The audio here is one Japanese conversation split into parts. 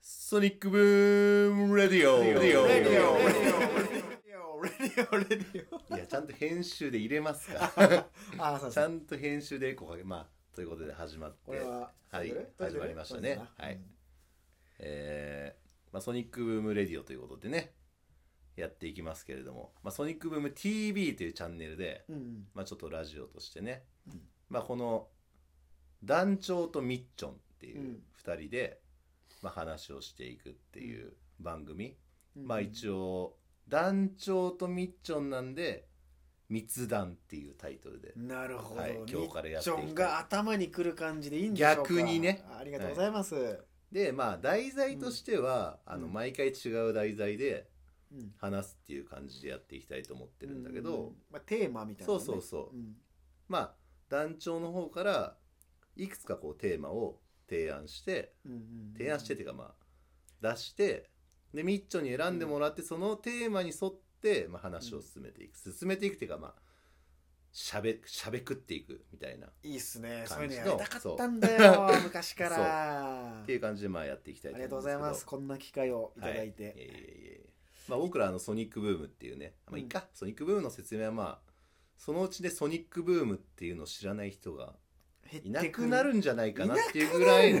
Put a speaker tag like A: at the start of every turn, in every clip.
A: ソニックブームレディオ
B: レディオレディオレディオレデ ィオ
A: いや、ちゃんと編集で入れます から。
B: ああそう
A: ち
B: そ
A: ゃ
B: うん
A: と編集でエコーかけ、まあ、ということで始まって、
B: これは
A: はい
B: どれ、どれ
A: 始まりましたね
B: どれか。な
A: はい。えー、まあ、ソニックブームレディオということでね、やっていきますけれども、まあ、ソニックブーム TV というチャンネルで、
B: うん
A: まあ、ちょっとラジオとしてね、
B: うん
A: まあ、この団長とみっちょんっていううん2人で、まあ、話をしていくっていう番組、
B: うん
A: まあ一応団長とみっちょんなんで「密談」っていうタイトルで、
B: なるほど、
A: はい今日からやっていきたい
B: みちょんが頭にくる感じでいいんでしょうか
A: 逆にね
B: ありがとうございます、
A: でまあ題材としては、
B: うん
A: あの
B: うん
A: 毎回違う題材で
B: うん
A: 話すっていう感じでやっていきたいと思ってるんだけど、
B: うまあ、テーマみたいな
A: そ
B: の
A: う
B: ね、
A: そうそう、
B: うん
A: まあ団長の方からいくつかこうテーマを提案して
B: うんうんうん
A: 提案してっていうかまあ出してでミッチョに選んでもらってそのテーマに沿ってまあ話を進めていく進めていくっていうかまあしゃべしゃべくっていくみたいない
B: いっすねそう
A: 感
B: いうの
A: じ
B: や
A: の
B: りたかったんだよ昔から
A: っていう感じでまあやっていきたい
B: ありがとうございますこんな機会をいただいて、
A: はい、いえいえいえまあ僕らあのソニックブームっていうねまあいいか、ソニックブームの説明はまあそのうちでソニックブームっていうのを知らない人がい
B: 減っ
A: な
B: てく
A: くなるんじゃないかなっていうぐらいの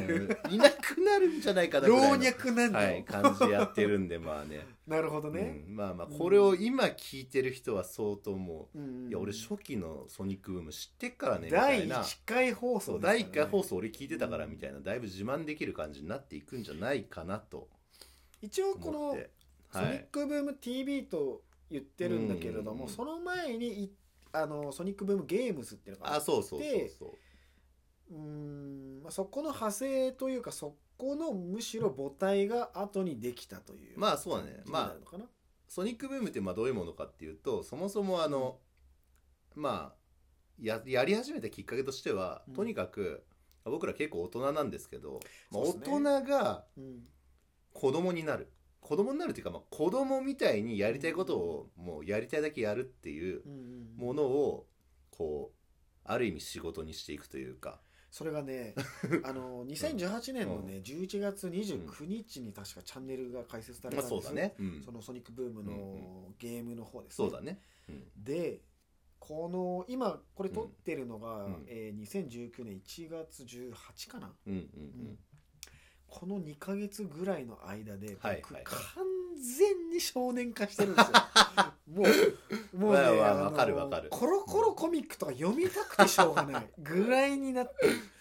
A: いなくなるんじゃないかなぐら
B: 老
A: いの
B: 若男女、
A: はい、感じでやってるんでまあね
B: なるほど ね、
A: うん、まあまあ
B: うん
A: これを今聞いてる人は相当も
B: うんうんう
A: う、
B: ん
A: いや俺初期のソニックブーム知ってっからねみた
B: 第
A: いな
B: 1回放
A: そ
B: 送
A: う第
B: 一
A: 1回放送俺聞いてたからみたいなだいぶ自慢できる感じになっていくんじゃないかなと
B: 一応こ
A: 思っ
B: の
A: て
B: 「ソニ
A: は
B: ッ
A: い
B: クブーム TV」と言ってるんだけれど
A: うんうんう
B: も
A: ん
B: その前にいあのソニックブームゲームズっていうのがあ
A: あ
B: って
A: そうそうそうそう
B: うーんまあそこの派生というかそこのむしろ母体が後にできたという
A: まあそうだね
B: 感じになるのかな
A: ソニックブームってまあどういうものかっていうとそもそもあのまあややり始めたきっかけとしては、
B: うん
A: とにかく僕ら結構大人なんですけど、まあ、
B: そ
A: 大
B: うですね
A: 人が
B: うん
A: 子供になる子供になるっていうか、まあ、子供みたいにやりたいことをもうやりたいだけやるっていう
B: うんうん
A: ものをこうある意味仕事にしていくというか
B: それ がねあの2018年のね11月29日に確かチャンネルが開設され
A: ま
B: た
A: あそう
B: んです
A: だね、うん
B: そのソニックブーム
A: うん
B: のゲームの方です
A: そうだね、うん
B: でこの今これ撮ってるのが、
A: うん
B: えー2019年1月18かな
A: うんうん
B: この2ヶ月ぐらいの間で僕、
A: はいはい
B: 完全に少年化してる んですよもうもうね、
A: まあまあ
B: の
A: わかるわかる
B: コロコロコミックとか読みたくてしょうが ないぐらいになって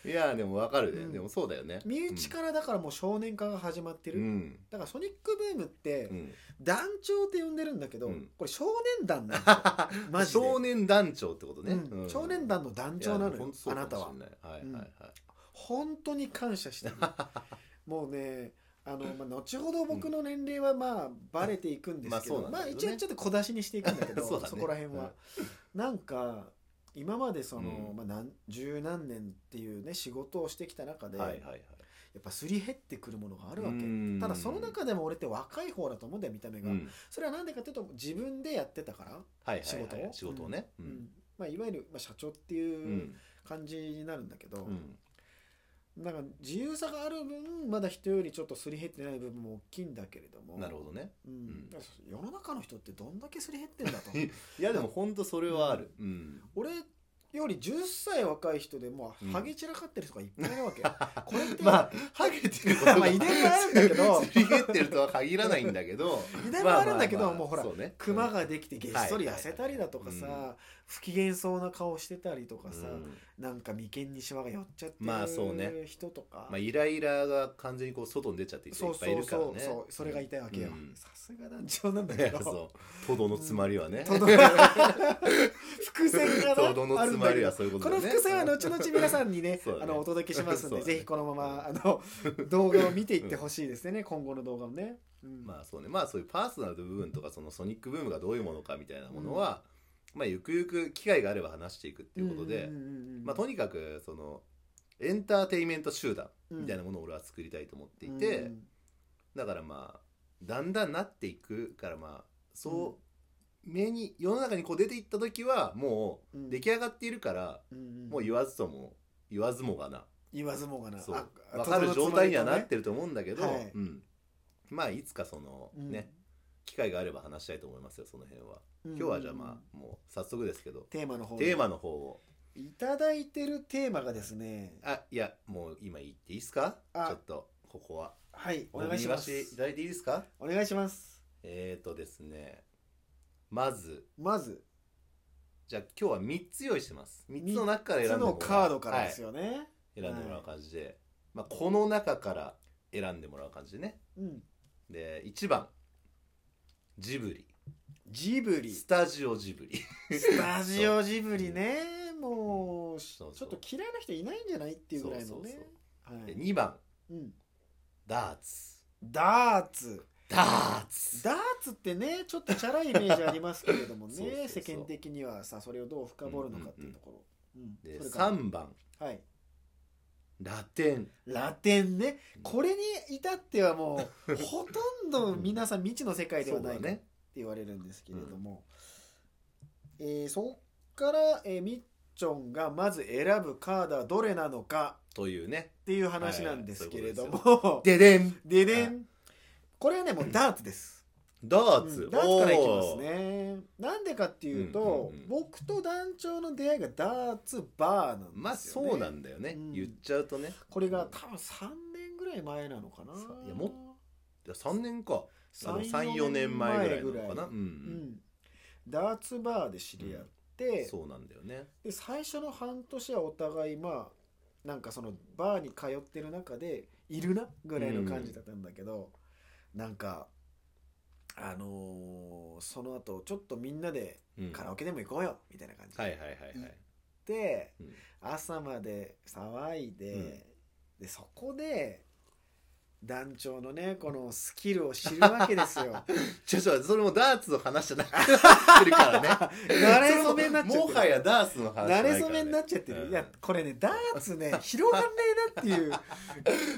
A: うんいやーでもわかるね、
B: うん
A: でもそうだよね
B: 身内からだからもう少年化が始まって
A: う
B: る、
A: ん、
B: だからソニックブームって
A: うんうん
B: 団長って呼んでるんだけど、
A: うん
B: これ少年団なんですよマジで
A: 少年団長ってことね、
B: うん
A: うん
B: 少年団の団長なのよあなたは。
A: いやでも本当そうかもしれないはいはいはい、
B: 本当に感謝 してるもうねあの、まあ、後ほど僕の年齢はまあバレていくんですけど,、
A: まあそうなん
B: ま
A: だ
B: あ
A: けどね
B: 一応ちょっと小出しにしていくんだけ ど
A: そうだね
B: こら辺は、なんか今までその、
A: うん
B: まあ、何十何年っていうね仕事をしてきた中で、
A: はいはいはい
B: やっぱすり減ってくるものがあるわけ
A: うん
B: ただその中でも俺って若い方だと思うんだよ見た目
A: う
B: が、
A: ん
B: それはなんでかっていうと自分でやってたから、
A: はいはいはい
B: 仕事を
A: 仕事をねう
B: うんんまあ、いわゆる、まあ、社長って
A: う
B: いうん感じになるんだけど、
A: うん
B: なんか自由さがある分まだ人よりちょっとすり減ってない部分も大きいんだけれども
A: なるほどね
B: うん
A: ん
B: 世の中の人ってどんだけすり減ってんだと
A: いやでも本当それはある、うん、
B: 俺より10歳若い人でも
A: うん
B: うハゲ散らかってる人がいっぱいいるわけ、これって、
A: まあハゲてると
B: まあ遺伝はあるんだけ ど
A: すり減ってるとは限らないんだけど
B: 遺伝はあるんだけどもうほら
A: そうね
B: クマができてげっそり
A: はい
B: 痩せたりだとかさ、
A: はいはい
B: 不機嫌そうな顔してたりとかさ、
A: うん
B: なんか眉間にシワが寄っちゃって
A: まあそうね
B: る人とか、
A: まあイライラが完全にこう外に出ちゃってる人
B: そ
A: いうっぱいい
B: そう
A: るから
B: そ
A: ね
B: うそうそれが痛いわけよ
A: うん
B: さすが団長なんだ
A: い
B: け
A: や
B: ど
A: そうトドの詰まりはね
B: とどめ伏線が
A: トドの
B: なある
A: 詰
B: んだ
A: ま
B: け
A: り
B: ど
A: はそういうこと
B: こ
A: だ
B: の
A: ね
B: 伏線は後々皆さんにね
A: そうだ
B: あ
A: ね
B: のお届けしますん
A: そうだ
B: で
A: ね
B: ぜひこのままあの動画を見ていってほしいですね今後の動画もね、うん
A: まあそうねまあそういうパーソナルの部分とかそのソニックブームがどういうものかみたいなものは、まあゆくゆく機会があれば話していくっていうことで、
B: んうんうんうん
A: まあとにかくそのエンターテインメント集団みたいな
B: っ
A: ものを俺は作りたいと思っていて、だからまあだんだんなっていくからまあそう、目に世の中にこう出ていった時はもう出来上がっているから、もう言わずとも言わずもがな
B: 言わずもがな
A: そう
B: あ
A: 分かる状態にはなっ
B: と
A: てると思うんだけど、
B: はい
A: うんまあいつかその
B: うん
A: ね、機会があれば話したいと思いますよその辺は
B: うん
A: 今日はじゃあまあもう早速ですけど
B: テーマの方
A: テーマの方を
B: いただいてるテーマがですね
A: あいやもう今言っていいですかち
B: あ
A: ょっとここは
B: はいお願いします
A: 飲み菓子いただいていいですか
B: お願いします
A: えーとですねまず
B: まず
A: じゃあ今日は3つ用意してます3つの中から選
B: そ
A: んでもら
B: の
A: う
B: カードからですよね、
A: はい、選んでもらう感じで、まあ、この中から選んでもらう感じでね
B: うん
A: で1番ジブリ
B: ジブリ
A: スタジオジブリ
B: スタジオジブリ ねもう
A: そうそう
B: ちょっと嫌いな人いないんじゃないっていうぐらいの
A: そう
B: ねは
A: で
B: い
A: 2番
B: うん
A: ダーツ
B: ダーツ
A: ダーツ
B: ダーツってねちょっとチャラいイメージありますけれどもね
A: そうそうそう
B: 世間的にはさそれをどう深掘るのかっていうところ、うん
A: で
B: それから
A: 3番
B: はい
A: ラテン
B: ラテンねこれに至ってはも うほとんど皆さん未知の世界で
A: そ
B: は
A: う
B: な
A: だ
B: いかって
A: ね
B: 言われるんですけれども、えーそっから、えーみっちょんがまず選ぶカードはどれなのか
A: というね
B: っていう話なんですけれど
A: はい
B: も、
A: ででん
B: でで
A: は
B: んこれはねもうダーツです
A: ダーツ、
B: うんダーツからいきます
A: おー
B: ねなんでかっていうと、
A: うんうんうん
B: 僕と団長の出会いがダーツバーなんですよ、ね、
A: まあそうなんだよね、
B: うん
A: 言っちゃうとね
B: これが多分3年ぐらい前なのかな
A: さいやもっいや3年か
B: 3
A: 34年前ぐらいなのかな
B: う
A: うんん、うん
B: ダーツバーで知り合って、
A: そうなんだよね
B: で最初の半年はお互いまあなんかそのバーに通ってる中でいるなぐらいの感じだったんだけど、なんかあのーその後ちょっとみんなで
A: うん
B: カラオケでも行こうよみたいな感じで
A: はいはいはいはい、
B: 行って
A: うん
B: 朝まで騒いで、でそこで団長のねこのスキルを知るわけですよ。
A: ちょちょそれもダーツの話じゃなくなってるからね
B: 慣れ初めになっちゃってる
A: もはやダーツの話じゃ
B: 慣
A: ないからね、
B: れ初めになっちゃってる、
A: うん
B: いやこれねダーツ ね広がんねえなっていう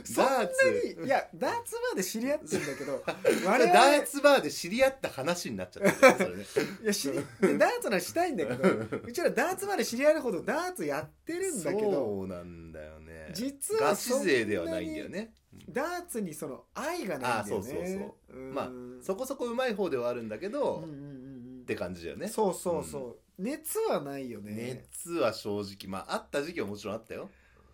B: そんな
A: ダーツ
B: にいやダーツまで知り合ってんだけど
A: あ
B: 我
A: れ
B: 々
A: ダーツバーで知り合った話になっちゃってるよねそれね
B: いや知り でダーツならしたいんだけどうちらダーツまで知り合うほどダーツやってるんだけど
A: そうなんだよね
B: 実は
A: ガチ勢ではないんだよね
B: ダーツにその愛がないん
A: あ
B: だよね
A: そうそう
B: そう
A: まあ
B: ん
A: そこそこうまい方ではあるんだけど、
B: うんうん
A: っ
B: うんうん
A: て感じだよね
B: そうそうそう、熱はないよね
A: 熱は正直まああった時期はもちろんあったよ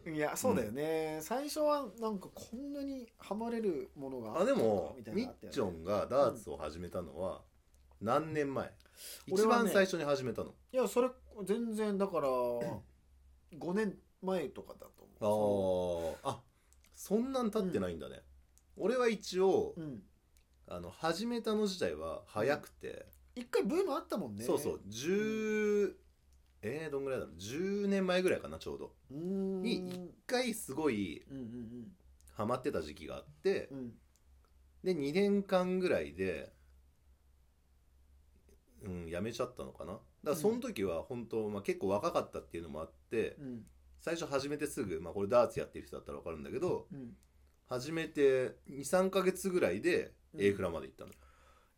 B: いやそうだよね、最初はなんかこんなにハマれるものが
A: あでも
B: みたいな
A: み
B: の
A: っ
B: あたよね
A: ちょんがダーツを始めたのは何年前、
B: 俺
A: 一
B: はね
A: 番最初に始めたの
B: いやそれ全然 だから5年前とかだと思
A: あああそんなん経ってないんだね、俺は一応、
B: ううん
A: あの始めたの自体は早くて、
B: 一回ブームあったもんね
A: そうそう10、えー、どんぐらいだろう10年前ぐらいかなちょうど
B: うーん
A: に一回すごい
B: うんうん
A: ハマってた時期があって
B: うんうん
A: で2年間ぐらいでうんやめちゃったのかなだからその時は本当、まあ、結構若かったっていうのもあって
B: うん
A: 最初始めてすぐ、まあ、これダーツやってる人だったら分かるんだけど
B: うん
A: 始めて23か月ぐらいで
B: うん
A: A フラまで行ったの、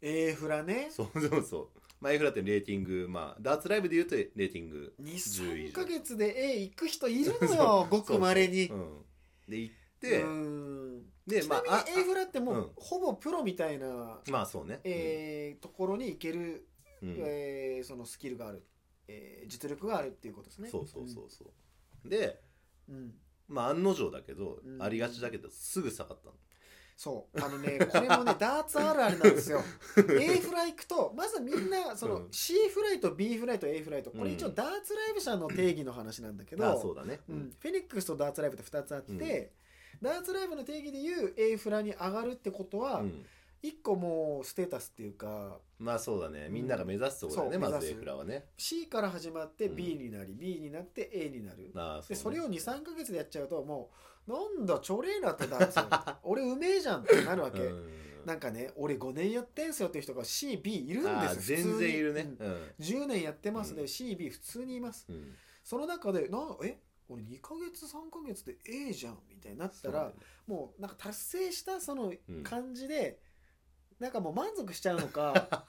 B: A フラね
A: そうそうそう、まあ、A フラってレーティングまあダーツライブで言うとレーティング10
B: 23
A: 以上
B: か月で A 行く人 いるのよごくまれに
A: そうそううん、で行って、
B: うーん
A: で
B: ち
A: ま
B: な
A: あ
B: み
A: あ
B: に A フラっても
A: う
B: うんほぼプロみたいな
A: あまあそうね、
B: えーところに行ける
A: うんうん
B: えーそのスキルがあるえー実力があるっていうことですね
A: そうそうそうそう、で
B: うんうん
A: まあ案の定だけど、
B: うん
A: ありがちだけどすぐ下がったの
B: そうあのねこれもね ダーツあるあるな んですよ A フライ行くとまずみんなそうの
A: ん
B: C フライと B フライと A フライとこれ一応
A: うん
B: ダーツライブ社の定義の話なんだけど、
A: まあそうだね、
B: うんフェニックスとダーツライブって2つあって、ダーツライブの定義でいう A フラに上がるってことは
A: うん
B: 1個もうステータスっていうか
A: まあそうだねみんなが目指すところだね、
B: うんそう
A: ま
B: 目
A: ず
B: 指
A: A
B: す
A: フラはね
B: C から始まって
A: うん
B: B になり、B になって A になる
A: ああ
B: でそれを
A: ね
B: 23か月でやっちゃうともうなんだチョレーナってダーツだ 俺うめえじゃんってなるわけ。
A: うん
B: なんかね俺5年やってんすよっていう人が CB いるん
A: あ
B: で
A: あ
B: すよ
A: 全然いるね、
B: 普通に
A: うん
B: うん10年やってますね、
A: うん
B: CB 普通にいます
A: うん
B: その中でなえ俺2ヶ月3ヶ月で A じゃんみたいになったら、もうなんか達成したその
A: うん
B: 感じで、なんかもう満足しちゃうのか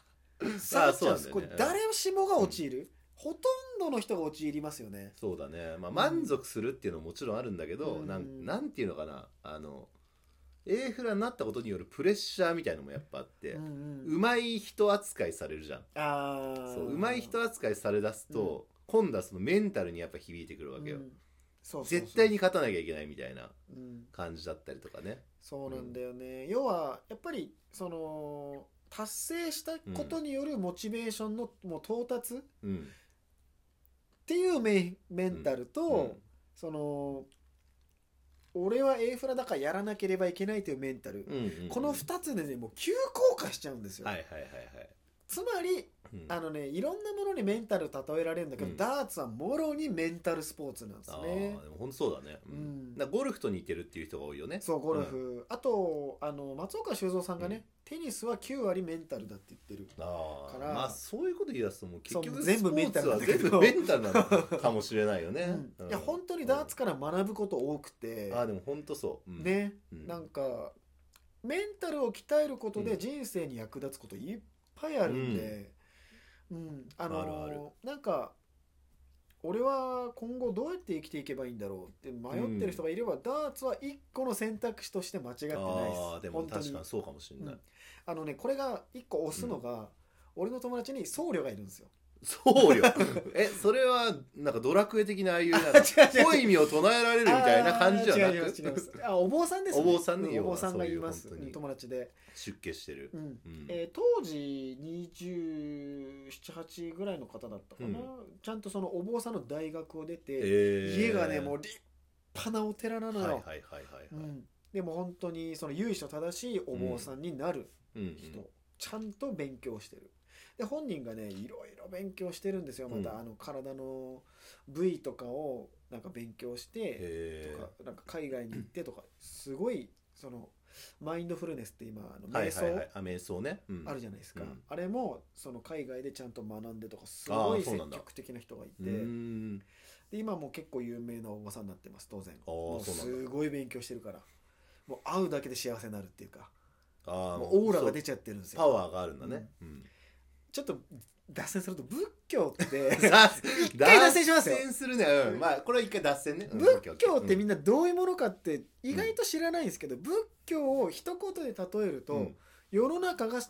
B: さ
A: あ
B: あ
A: あそうなんだよね
B: これ誰しもが陥る、ほとんどの人が陥りますよね
A: そうだね、まあ、満足するっていうのももちろんあるんだけど、
B: うん
A: なんなんていうのかなあの A フラになったことによるプレッシャーみたいのもやっぱあって、
B: う
A: うん
B: うん
A: まい人扱いされるじゃん
B: ああ
A: そうまい人扱いされだすと、今度はそのメンタルにやっぱ響いてくるわけよ、
B: そうそうそう
A: 絶対に、勝たなきゃいけないみたいな
B: うん、
A: 感じだったりとかね
B: そうなんだよね、要はやっぱりその達成したことによるモチベーションのもう到達っ
A: うん
B: ていうメメンタルと、
A: うん
B: その俺は A フラだからやらなければいけないというメンタル、
A: うんうん
B: この
A: 2
B: 2つでねもう急降下しちゃうんですよ、
A: はいはいはいはい、
B: つまり
A: うん
B: あのねいろんなものにメンタル例えられるんだけど、
A: うん
B: ダーツはもろにメンタルスポーツなんです
A: あ
B: ね
A: ーでも本当そうだね、うん
B: うん
A: だからゴルフと似てるっていう人が多いよね
B: そうゴルフ、あとあの松岡修造さんがね、
A: うん
B: テニスは9割メンタルだって言ってる
A: あか
B: か
A: ららまあそういうこと言い出すともう結
B: そう
A: 局
B: 全部メンタルなん
A: は
B: だけど
A: 全部メンタルなのかもしれないよね、
B: うんいや本当にダーツから学ぶこと多くて、
A: あーでも本当そう、うん、
B: ね、
A: うん
B: なんかメンタルを鍛えること
A: う
B: で
A: ん
B: 人生に役立つこといっぱいあるんで、うんあのー
A: あるあ
B: なんか俺は今後どうやって生きていけばいいんだろうって迷ってる人がいれば、ダーツは一個の選択肢として間違ってない
A: ああで
B: で
A: すも
B: 本当
A: 確
B: に
A: かにそうかもしれない、
B: うんあのねこれが一個押すのが、俺の友達に僧侶がいる んですよ。
A: そうよえそれはなんかドラクエ的なああいうなん
B: あ
A: か
B: 違う違う
A: 濃い意味を唱えられるみたいな感じじゃな
B: あー違います違いま
A: く
B: すあお坊さんです、
A: お坊さんね
B: う
A: 要は
B: お坊さんがいま
A: そ
B: す
A: ういう本当に
B: うん友達で、
A: 出家してる
B: う、ん
A: うん
B: えー当時278ぐらいの方だったかな、
A: うん
B: ちゃんとそのお坊さんの大学を出て、
A: えー
B: 家がねもう立派なお寺なの
A: はい
B: よ、
A: はいはいはいはい、
B: うんでも本当にその由緒正しいお坊さんになる
A: うんうん
B: 人、ちゃんと勉強してるで本人がねいろいろ勉強してるんですよまた、
A: うん
B: あの体の部位とかをなんか勉強して、
A: え
B: と
A: ー
B: かなんか海外に行ってとかすごいそのマインドフルネスって今あの
A: はい
B: 瞑
A: はいは
B: 想
A: いあ瞑想ね、うん、
B: あるじゃないですか、
A: うん
B: あれもその海外でちゃんと学んでとかすご
A: あ
B: い
A: ーそう
B: 積
A: なんだ
B: 極的な人がいうて
A: ーん
B: で今もう結構有名なおばさんになってます当然
A: あー
B: もう
A: そうなんだ
B: すごい勉強してるからもう会うだけで幸せになるっていうか
A: あー
B: もうオーラが出
A: そ
B: ちゃってるんです
A: うパ
B: よ
A: ワーがあるんだね、うん
B: ちょっと脱線すると仏教って
A: 一
B: 回脱線しますよ
A: 脱線するね、うん、まあこれは一回脱線 ね、うん
B: 仏教ってみん
A: な
B: などういうものかって意外と知らないんですけど、仏教を一言で例えると、世の中が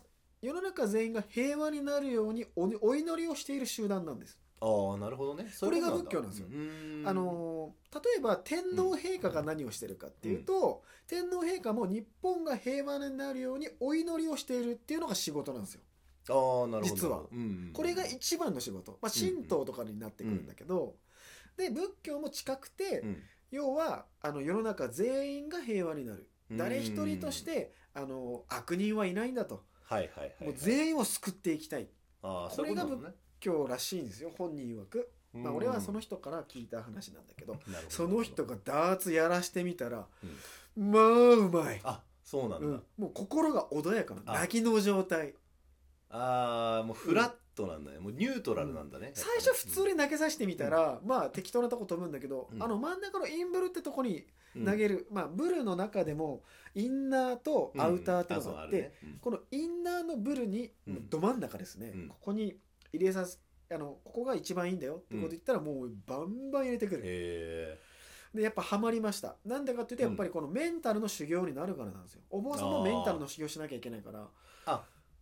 B: 世の中全員が平和になるようにおお祈りをしている集団なんです、
A: ああなるほどねそういうとだ
B: これが仏教なんですよ
A: うーん
B: あのー例えば天皇陛下が何をしてるかっていうと、天皇陛下も日本が平和になるようにお祈りをしているっていうのが仕事なんですよ
A: ああなるほど
B: 実は
A: うんうん
B: これが一番の仕事、まあ、神道とかになってくるんだけど、で仏教も近くて、
A: うん
B: 要はあの世の中全員が平和になる誰一人とし
A: うん
B: てあの悪人はいないんだと、
A: はいはいはいはい
B: もう全員を救っていきたい
A: ああ
B: これが
A: そういうことなのね
B: 今日らしいんですよ本人曰く、まあ、
A: うん
B: 俺はその人から聞いた話なんだけど
A: なるほど
B: その人がダーツやらしてみたら、
A: う
B: まあうまい、
A: あそうなんだ、
B: うん、もう心が穏やかな
A: あ
B: 泣きの状態
A: ああもうフラットなんだねもうニュートラルなんだね、
B: 最初普通に投げさせてみたら、まあ適当なとこ飛ぶんだけど、
A: うん
B: あの真ん中のインブルってとこに
A: に
B: 投げる、まあブルの中でもインナーとアウターっていうのがあって、このインナーのブルに
A: うん
B: ど真ん中ですね、
A: うん
B: ここに入れさせあのここが一番いいんだよってこと言ったらもうバンバン入れてくる、
A: へ
B: でやっぱハマりましたなんでかっていうと
A: う
B: や
A: ん
B: っぱりこのメンタルの修行になるからなんですよお坊さんもメンタルの修行しなきゃいけないから
A: ー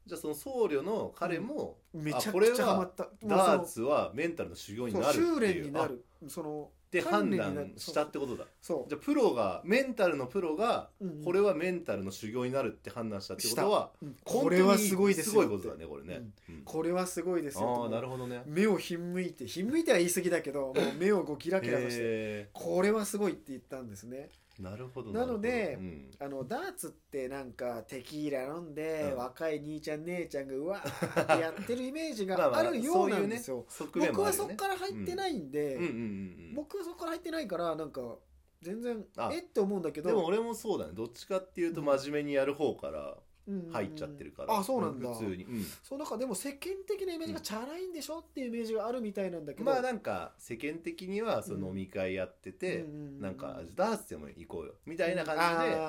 A: じゃあその僧侶の彼も、
B: めちゃ
A: こ
B: く
A: れ
B: ちゃ
A: は
B: ハマった
A: ダー
B: もう
A: ツはメンタルの修行
B: そ
A: に
B: の
A: なるってい
B: そう
A: う
B: 修練にな
A: あっ
B: るその
A: て
B: 鍛錬
A: 判
B: になる
A: 断したってことだ
B: そう
A: じゃあプロがメンタルのプロが
B: うんうん
A: これはメンタルの修行になるって判断したってことは
B: うん
A: 本
B: こ
A: 当
B: れ
A: に
B: はすごいですよ
A: すごいことだねこれ
B: う
A: ね
B: ん、
A: うん
B: これはすごいですよ
A: ああな
B: と
A: るほどね
B: 目をひんむいてひんむいては言い過ぎだけどもう目をこうキラキラさせて
A: へ
B: これはすごいって言ったんですね
A: ーなるほど
B: なので
A: なるほどうん
B: あのダーツってなんかテキーラ飲んで、
A: うん
B: 若い兄ちゃん姉ちゃんがうわー ってやってるイメージがあるようなんですよ、
A: そういうね側面
B: 僕
A: もあ
B: は
A: る
B: そ
A: よ
B: こ
A: ね
B: から入ってないんで、
A: うんうんうんうん
B: 僕はそこから入ってないからなんか全然
A: あ
B: えって思うんだけど
A: でも俺もそうだねどっちかっていうと真面目にやる方から
B: うんうんうん
A: 入っちゃってるから、
B: あそうなんだ
A: 普通に、うん
B: そうなんかでも世間的なイメージがチャラいんでしょっていうイメージがあるみたいなんだけど、
A: まあなんか世間的にはその飲み会やってて、
B: うんうんうん
A: なんかダーツでも行こうよみたいな感じで
B: あ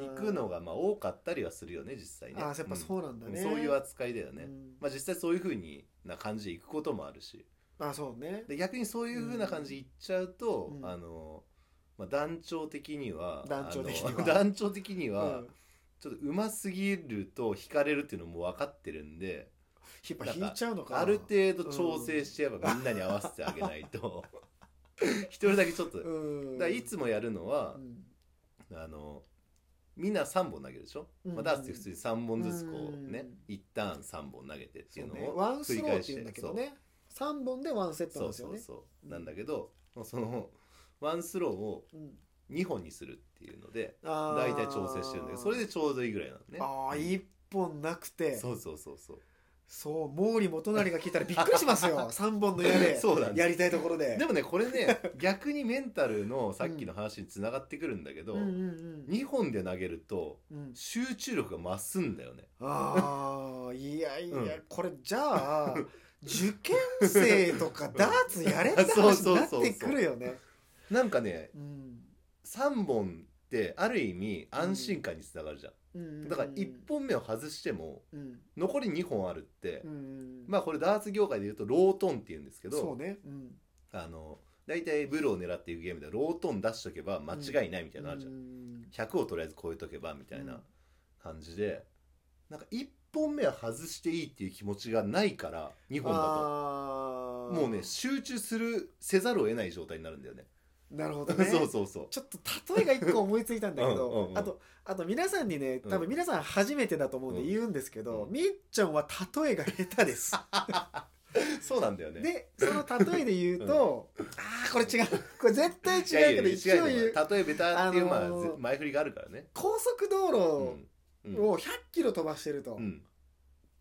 B: ー
A: 行くのがまあ多かったりはするよね実際ね
B: あーやっぱそうなんだね、
A: うんそういう扱いだよね、
B: うん
A: まあ実際そういうふうにな感じで行くこともあるし
B: あそうね
A: で逆にそういうふうな感じで行っちゃうと、
B: うん
A: あのまあ、団長的には
B: 団長的には
A: あの 団長的に
B: う
A: は、
B: ん、
A: ちょっとうますぎると惹かれるっていうのも分かってるんで
B: やっぱ引いちゃうのかな
A: ある程度調整してやっぱみんなに合わせてあげないと 一人だけちょっと、だか
B: うん
A: らいつもやるのは
B: う、ん
A: あのみんな3本投げるでしょ、
B: うん
A: まあ、ダーツって普通に3本ずつこ
B: う
A: うんね、一旦3本投げてって
B: そ
A: いううの
B: ね
A: を
B: ワンスローっていうんだけどね3本でワンセット
A: そ
B: なん
A: う
B: ですよ
A: そう
B: ね
A: そう
B: うん
A: なんだけどそのワンスローを
B: うん
A: 2本にするっていうので
B: あー
A: 大体調整してるんだけどそれでちょうどいいぐらいなのね
B: ああ1本なくて
A: そうそうそうそう
B: そう毛利元就が聞いたらびっくりしますよ 3本の矢で
A: そうなんです
B: やりたいところで
A: でもねこれ ね逆にメンタルのさっきの話につながってくるんだけど、
B: うんうん
A: 2本で投げると
B: うんうん
A: 集中力が増すんだよね
B: ああいやいや、
A: うん
B: これじゃあ受験生とかダーツやれって
A: そう
B: 話
A: そ
B: に
A: う
B: な
A: そ
B: っ
A: う そう
B: てくるよね
A: なんかね
B: うん
A: 3本ってある意味安心感につながるじゃん、
B: うん
A: だから1本目を外しても
B: うん
A: 残り2本あるって、
B: うん
A: まあこれダーツ業界で言うとロートンって言うんですけ
B: そう
A: ど、
B: ねうん
A: あの大体ブルを狙っていくゲームではロートン出しとけば間違いないみたいなのあるじゃん、
B: うん
A: 100をとりあえず超えとけばみたい
B: うん
A: な感じで、なんか1本目は外していいっていう気持ちがないから2本だ
B: あ
A: と
B: ー
A: もうね集中するせざるを得ない状態になるんだよね
B: なるほどね
A: そうそうそう
B: ちょっと例えが一個思いついたんだけ
A: う
B: ど
A: んうんうん
B: あとあと皆さんにね
A: うん
B: 多分皆さん初めてだと思うんで
A: うん
B: 言うんですけど、
A: うん
B: みっちゃんは例えが下手 です、
A: そうなんだよね
B: でその例えで言うと、ああこれ違うこれ絶対
A: いやい
B: 違う
A: や
B: けど
A: 違う
B: 一応言う
A: よ例えベタっていうまあ
B: あのー
A: ぜ前振りがあるからね
B: 高速道
A: うん
B: 路を100キロ飛ばしてると、
A: うん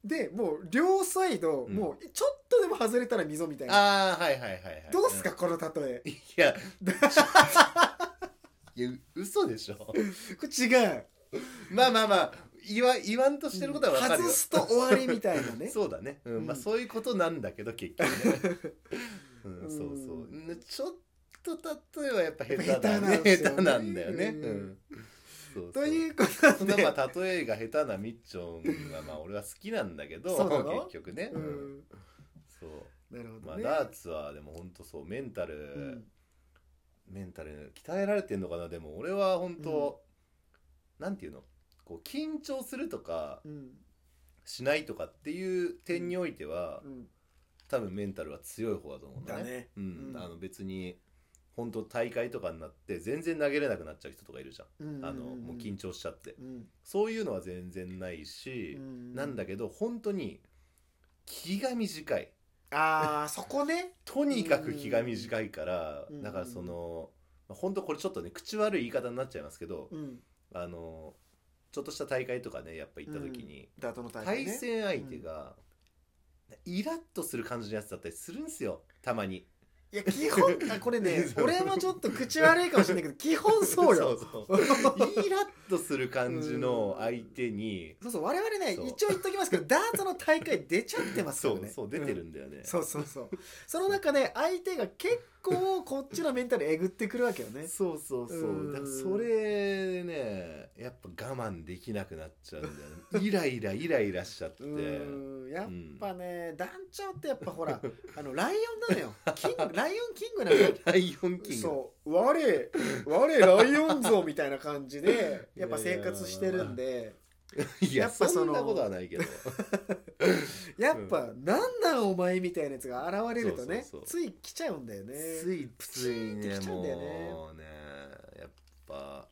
B: でもう両サイド、
A: うん
B: もうちょっとでも外れたら溝みたいな
A: ああはいはいはいはい
B: どうすかこの例え
A: いや いや嘘でしょ
B: これ違う
A: まあまあまあ言わ言わんとしてることはわかる
B: 外
A: よ、
B: すと終わりみたいな ね
A: そうだね、うん
B: うん
A: まあそういうことなんだけど結局ね、うん
B: うん
A: そうそうねちょっと例えばやっぱ下手
B: やっぱ
A: だね
B: 下
A: 下
B: 手なんですよね
A: 手なんだよね、
B: うん
A: うんそうそう
B: ということ
A: そん
B: で
A: なまあ例えが下手なみっちょんがまあ俺は好きなんだけど
B: そうなの
A: 結局ね、う
B: う
A: ん
B: ん
A: そう
B: なるほ
A: ま
B: ど
A: あ、
B: ね、
A: ダーツはでも本当そうメンタル、
B: うん
A: メンタル鍛えられてんのかなでも俺は本当、なんていうのこう緊張するとか
B: うん
A: しないとかっていう点においては、
B: うん
A: 多分メンタルは強い方だと思うんだね。
B: だね
A: うん
B: うん
A: あの別に本当大会とかになって全然投げれなくなっちゃう人とかいるじゃん。あのもう緊張しちゃって
B: うん
A: そういうのは全然ないし、なんだけど本当に気が短い
B: あーそこね
A: とにかく気が短いから、
B: うん
A: だからその、まあ、本当これちょっとね口悪い言い方になっちゃいますけど、
B: うん
A: あのちょっとした大会とかねやっぱ行った時に、
B: ダートの大会
A: 対
B: ね
A: 戦相手が、イラッとする感じのやつだったりするんですよたまに。
B: いや 基本あこれね
A: そう
B: 俺もちょっと口悪いかもしれないけど基本そうよ
A: そう
B: そう
A: そうイラッとする感じの相手に、
B: そう我々ね
A: そう
B: 一応言っときますけどダーツの大会出ちゃってますか
A: そ
B: ら
A: う
B: ね
A: そう出てるんだよね。
B: うんそうそうそうその中で相手が結構こっちのメンタルえぐってくるわけよね
A: そうそうそう
B: うん
A: だからそれねやっぱ我慢できなくなっちゃうんだよ ねイライライライラしちゃって
B: うーんやっ ぱね、団長ってやっぱほら あのライオンなのよキングライオンキングなのよ
A: ライオンキング
B: そう我我ライオン像みたいな感じでやっぱ生活してるんで
A: いや
B: やっぱ
A: そ
B: そ
A: ん
B: の
A: なことはないけど
B: やっぱ「なんなんお前」みたいなやつが現れるとね
A: そうそう
B: つい来ちゃうんだよね
A: ついつい
B: プチーン
A: ね
B: ってきちゃうんだよね
A: もうねやっぱ、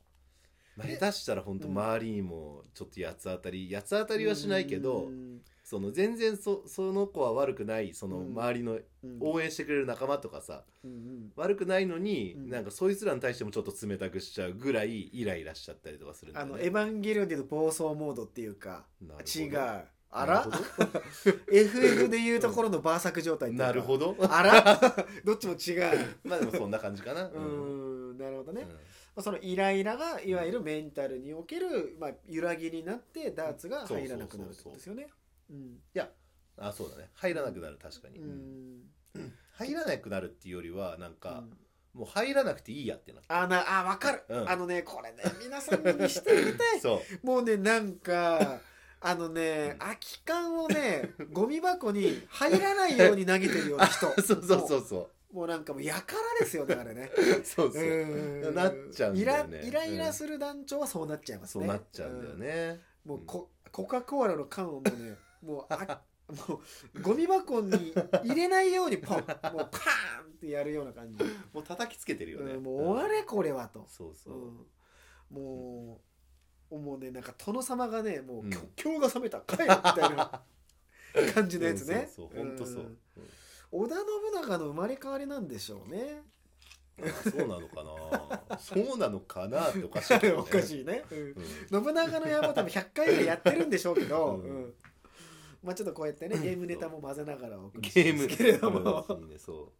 A: まあ、下手したら本当周りにもちょっと八つ当たり八つ当たりはしないけど
B: うん
A: その全然そその子は悪くないその
B: うん
A: 周りの
B: うん
A: 応援してくれる仲間とかさ
B: うん
A: 悪くないのに、
B: うん
A: なんかそいつらに対してもちょっと冷たくしちゃうぐらいイライラしちゃったりとかするんだ
B: あ
A: よ
B: の「エ
A: ね
B: ヴ。ァンゲリオン」でいうと暴走モードっていうか
A: なるほど
B: 違う
A: な
B: あら
A: るほ
B: FF でいうところの バーサク状態
A: ど
B: って
A: なる
B: いうか
A: ほど
B: あらどっちも違う
A: まあでもそんな感じかな。
B: う
A: うん
B: んなるほどね
A: うん
B: まあそのイライラがいわゆるメンタルにおける、まあ、揺らぎになってダーツが入らなくなるってことですよね。うん
A: あそうだね入らなくなる確かに、
B: う
A: うん
B: ん
A: 入らなくなるっていうよりはなん
B: う
A: か、
B: ん
A: もう入らなくていいやってな
B: あなあ分かる、
A: うん
B: あのねこれね皆さんにしてみたい
A: そう
B: もうねなんかあのね
A: うん
B: 空 き缶をねゴミ箱に入らないように投げてるような人
A: そうそうそう
B: も
A: そう
B: もうなんかもうやからですよねあれね
A: そうそう、
B: う
A: なっちゃうん
B: イ
A: だ
B: ラ
A: よね
B: イライラする団長はそうなっちゃいます
A: そう
B: ね
A: なっちゃうんだよね、
B: うんもうココカ・コーラの缶をもうね もうあもうゴミ箱に入れないようにポンもうパーンってやるような感じ、
A: もう叩きつけてるよね、
B: うんもう終われこれはと
A: そうそう、
B: うん、もう、もうねなんか殿様がねもう
A: うん
B: 虚胸、が冷めたかいみたいな感じのやつね
A: そうそうそうほんとそう、
B: ん織田信長の生まれ変わりなんでしょうね
A: うんそうなのか なそうなのかなっておかしいけどね
B: おかしいね、うん
A: うん
B: 信長の野望多分100回ぐらいやってるんでしょうけど、
A: うん
B: うんまあちょっとこうやってねゲームネタも混ぜながらお送りして
A: ゲー
B: るん
A: ム
B: ですけれども、
A: うんいいねそ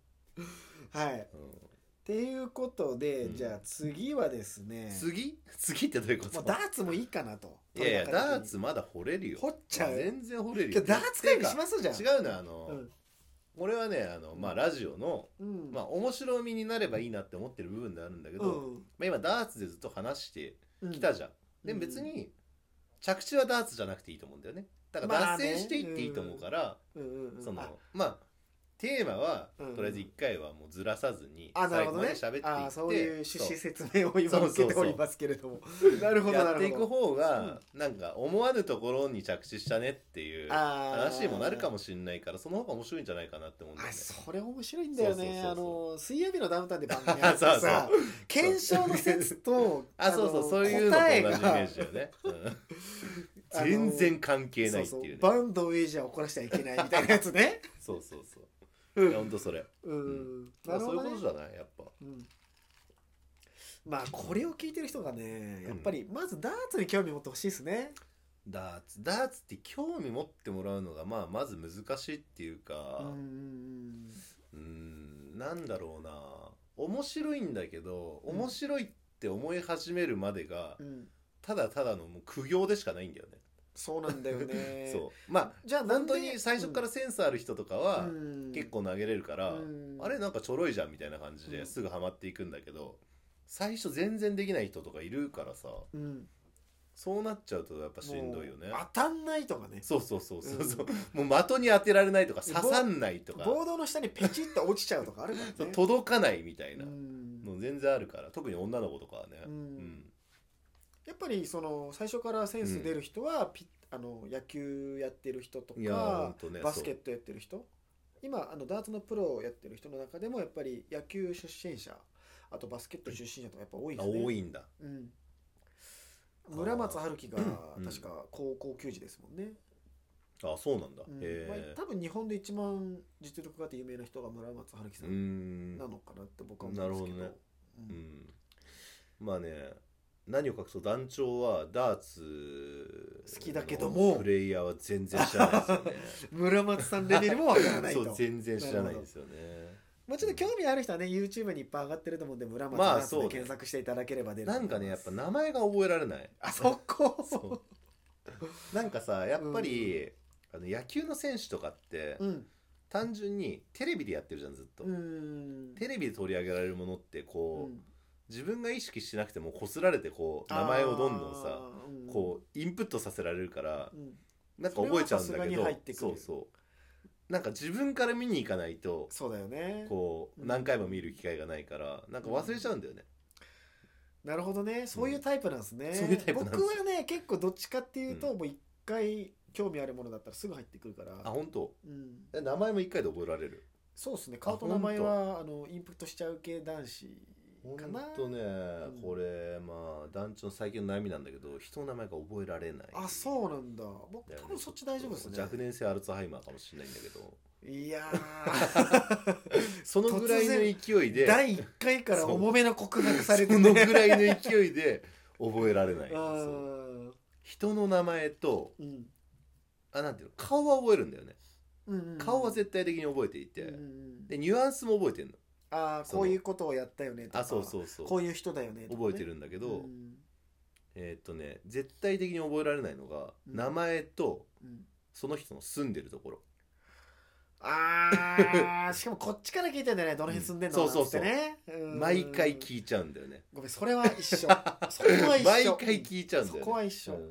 B: はいっ
A: う、うん
B: ていうことで、
A: うん
B: じゃあ次はですね
A: 次次ってどういうこ
B: も
A: と
B: うダーツもいいかなと
A: いやいや
B: この中
A: ダー
B: に
A: ツまだ掘れるよ
B: 掘っちゃう
A: 全然掘れる
B: 今
A: よ
B: 日ダーツ会議しますじゃん
A: 違うのはあの、
B: うん
A: 俺はねあの、まあ、ラジオの、
B: うん
A: まあ、面白みになればいいなって思ってる部分であるんだけど、まあ、今ダーツでずっと話して
B: うん
A: きたじゃん、で
B: うん
A: も別に着地はダーツじゃなくていいと思うんだよねだから
B: まあ
A: 脱
B: ね
A: 線していっていいと思うから、
B: うんうんうん
A: その
B: あ
A: まあテーマは、
B: うん
A: とりあえず1回はもうずらさずに
B: あなるほどね
A: 最後まで喋っ
B: あ
A: ていって
B: そういう趣旨説明を今
A: そう
B: 受けておりますけれどもなるほ どな
A: やって
B: る
A: い
B: ほ
A: く
B: ど
A: 方が、なんか思わぬところに着地したねっていう
B: あ
A: 話にもなるかも
B: し
A: しれないからその方が面白いんじゃないかなって思うんだよ
B: あ
A: ね
B: それ面白いんだよ
A: そうそう
B: ね
A: そ
B: あ
A: うそ
B: の水曜日のダウンタウンで番組あってさ
A: そうそう
B: 検証の説と
A: あそうそうそういうのと同じイメージだよね、 うん
B: あの
A: 全然関係な
B: そ
A: いうって
B: そ
A: いう
B: う
A: ね
B: バンドウェイジャーを怒らせちゃいけないみたいなやつね
A: そうそうそう
B: う
A: いやほ
B: ん
A: んとそれ、
B: うん
A: ま
B: な
A: あ
B: る
A: そ
B: ほ
A: ういう
B: ど
A: こと
B: ね
A: じゃないやっぱ
B: うんまあこれを聞いてる人がねやっぱりまずダーツに興味持ってほしいですね
A: ダーツダーツって興味持ってもらうのがまあまず難しいっていう
B: うんうん
A: か
B: うん
A: うんなんだろうな面白いんだけど
B: うん
A: 面白いって思い始めるまでが、
B: うん
A: ただただのもう苦行でしかないんだよね、
B: そうなんだよね
A: そうまあ
B: じゃあなん
A: 本
B: で
A: 当に最初からセンスある人とかは結構投げれるから、あれなんかちょろいじゃんみたいな感じ
B: うん
A: ですぐハマっていくんだけど、最初全然できない人とかいるからさ
B: うん
A: そうなっちゃうとやっぱしんどいよね
B: もう当たんないとかね
A: そうそうそうそうそう
B: う、
A: もう的に当てられないとか刺さんないとか、
B: ボードの下にペチッと落ちちゃうとかあるから
A: そう
B: ね
A: 届かないみたいうなんの全然あるから特に女の子とかはね
B: うんやっぱりその最初からセンス出る人はピッあの野球やってる人と
A: いやーほん
B: か
A: とね
B: バスケットやってる人今あのダーツのプロをやってる人の中でもやっぱり野球出身者あとバスケット出身者とかやっぱ多い
A: あ
B: ですね
A: 多いんだ
B: うん、村松春樹が
A: うん
B: 確か高校球児ですもんね、
A: あそうなんだ、
B: うんま
A: へ
B: あ
A: え、
B: 多分日本で一番実力があって有名な人が村松春樹さ
A: うんん
B: なのかなって僕は思うんですけど
A: なるうんまあね何を隠そう団長はダーツ
B: 好きだけども
A: プレイヤーは全然知らない ですよね
B: うん村松さんレベルもわからな い
A: そ
B: と
A: う全然知らないですよね
B: まあちょっと興味ある人はね YouTube にいっぱい上がってると思うんで村松
A: まあ
B: ダーツ
A: そう
B: で
A: ね
B: 検索していただければ出ると
A: な
B: 思い
A: ん
B: ます
A: かねやっぱ名前が覚えられない
B: あそこ
A: そうなんかさやっぱり、あの野球の選手とかって、
B: うん
A: 単純にテレビでやってるじゃんずっと、
B: うん
A: テレビで取り上げられるものってこう、
B: うん
A: 自分が意識しなくてもこすられてこう名前をどんどんさ
B: あーうん
A: こうインプットさせられるから
B: うん
A: なんか覚えちゃうん
B: それ
A: だ
B: はさすが
A: け
B: に
A: ど
B: 入ってくる
A: そうそうなんか自分から見に行かないと
B: そうだよね
A: こう
B: うん
A: 何回も見る機会がないからなんか忘れちゃうんだよね、
B: なるほどねそういうタイプなんですね、
A: んそういうタイプなんです
B: 僕はね結構どっちかっていうと、
A: う
B: もう一回興味あるものだったらすぐ入ってくるから
A: あ本当
B: うん、
A: え名前も一回で覚えられる
B: そうですね顔と名前はあのインプットしちゃう系男子
A: ほん
B: かな
A: とね、
B: ん
A: これまあ団長の最近の悩みなんだけど人の名前が覚えられない
B: あそうなんだ僕
A: だよね
B: 多分そっち大丈夫ですね
A: 若年性アルツハイマーかもしれないんだけど
B: いやー
A: そのぐらいの勢い で
B: 第1回から重めの告白されて
A: そのぐらいの勢いで覚えられない
B: あ
A: そう
B: ー
A: 人の名前と
B: うん
A: あなんていうの顔は覚えるんだよね
B: うんうん
A: 顔は絶対的に覚えていて、
B: うんうん
A: でニュアンスも覚えてんの
B: あーこういうことをやったよねとか
A: あそうそうそう
B: こういう人だよねとかね
A: 覚えてるんだけど、
B: うん
A: えーっとね絶対的に覚えられないのが、
B: うん
A: 名前と
B: うん
A: その人の住んでるところ
B: あーしかもこっちから聞いてんだよねどの辺住んでんの
A: うんそうそうそう
B: なんつってねうん
A: 毎回聞いちゃうんだよね
B: ごめんそれは一緒そこは一緒
A: 毎回聞いちゃうんだよ、ね、
B: そこは一緒、
A: うん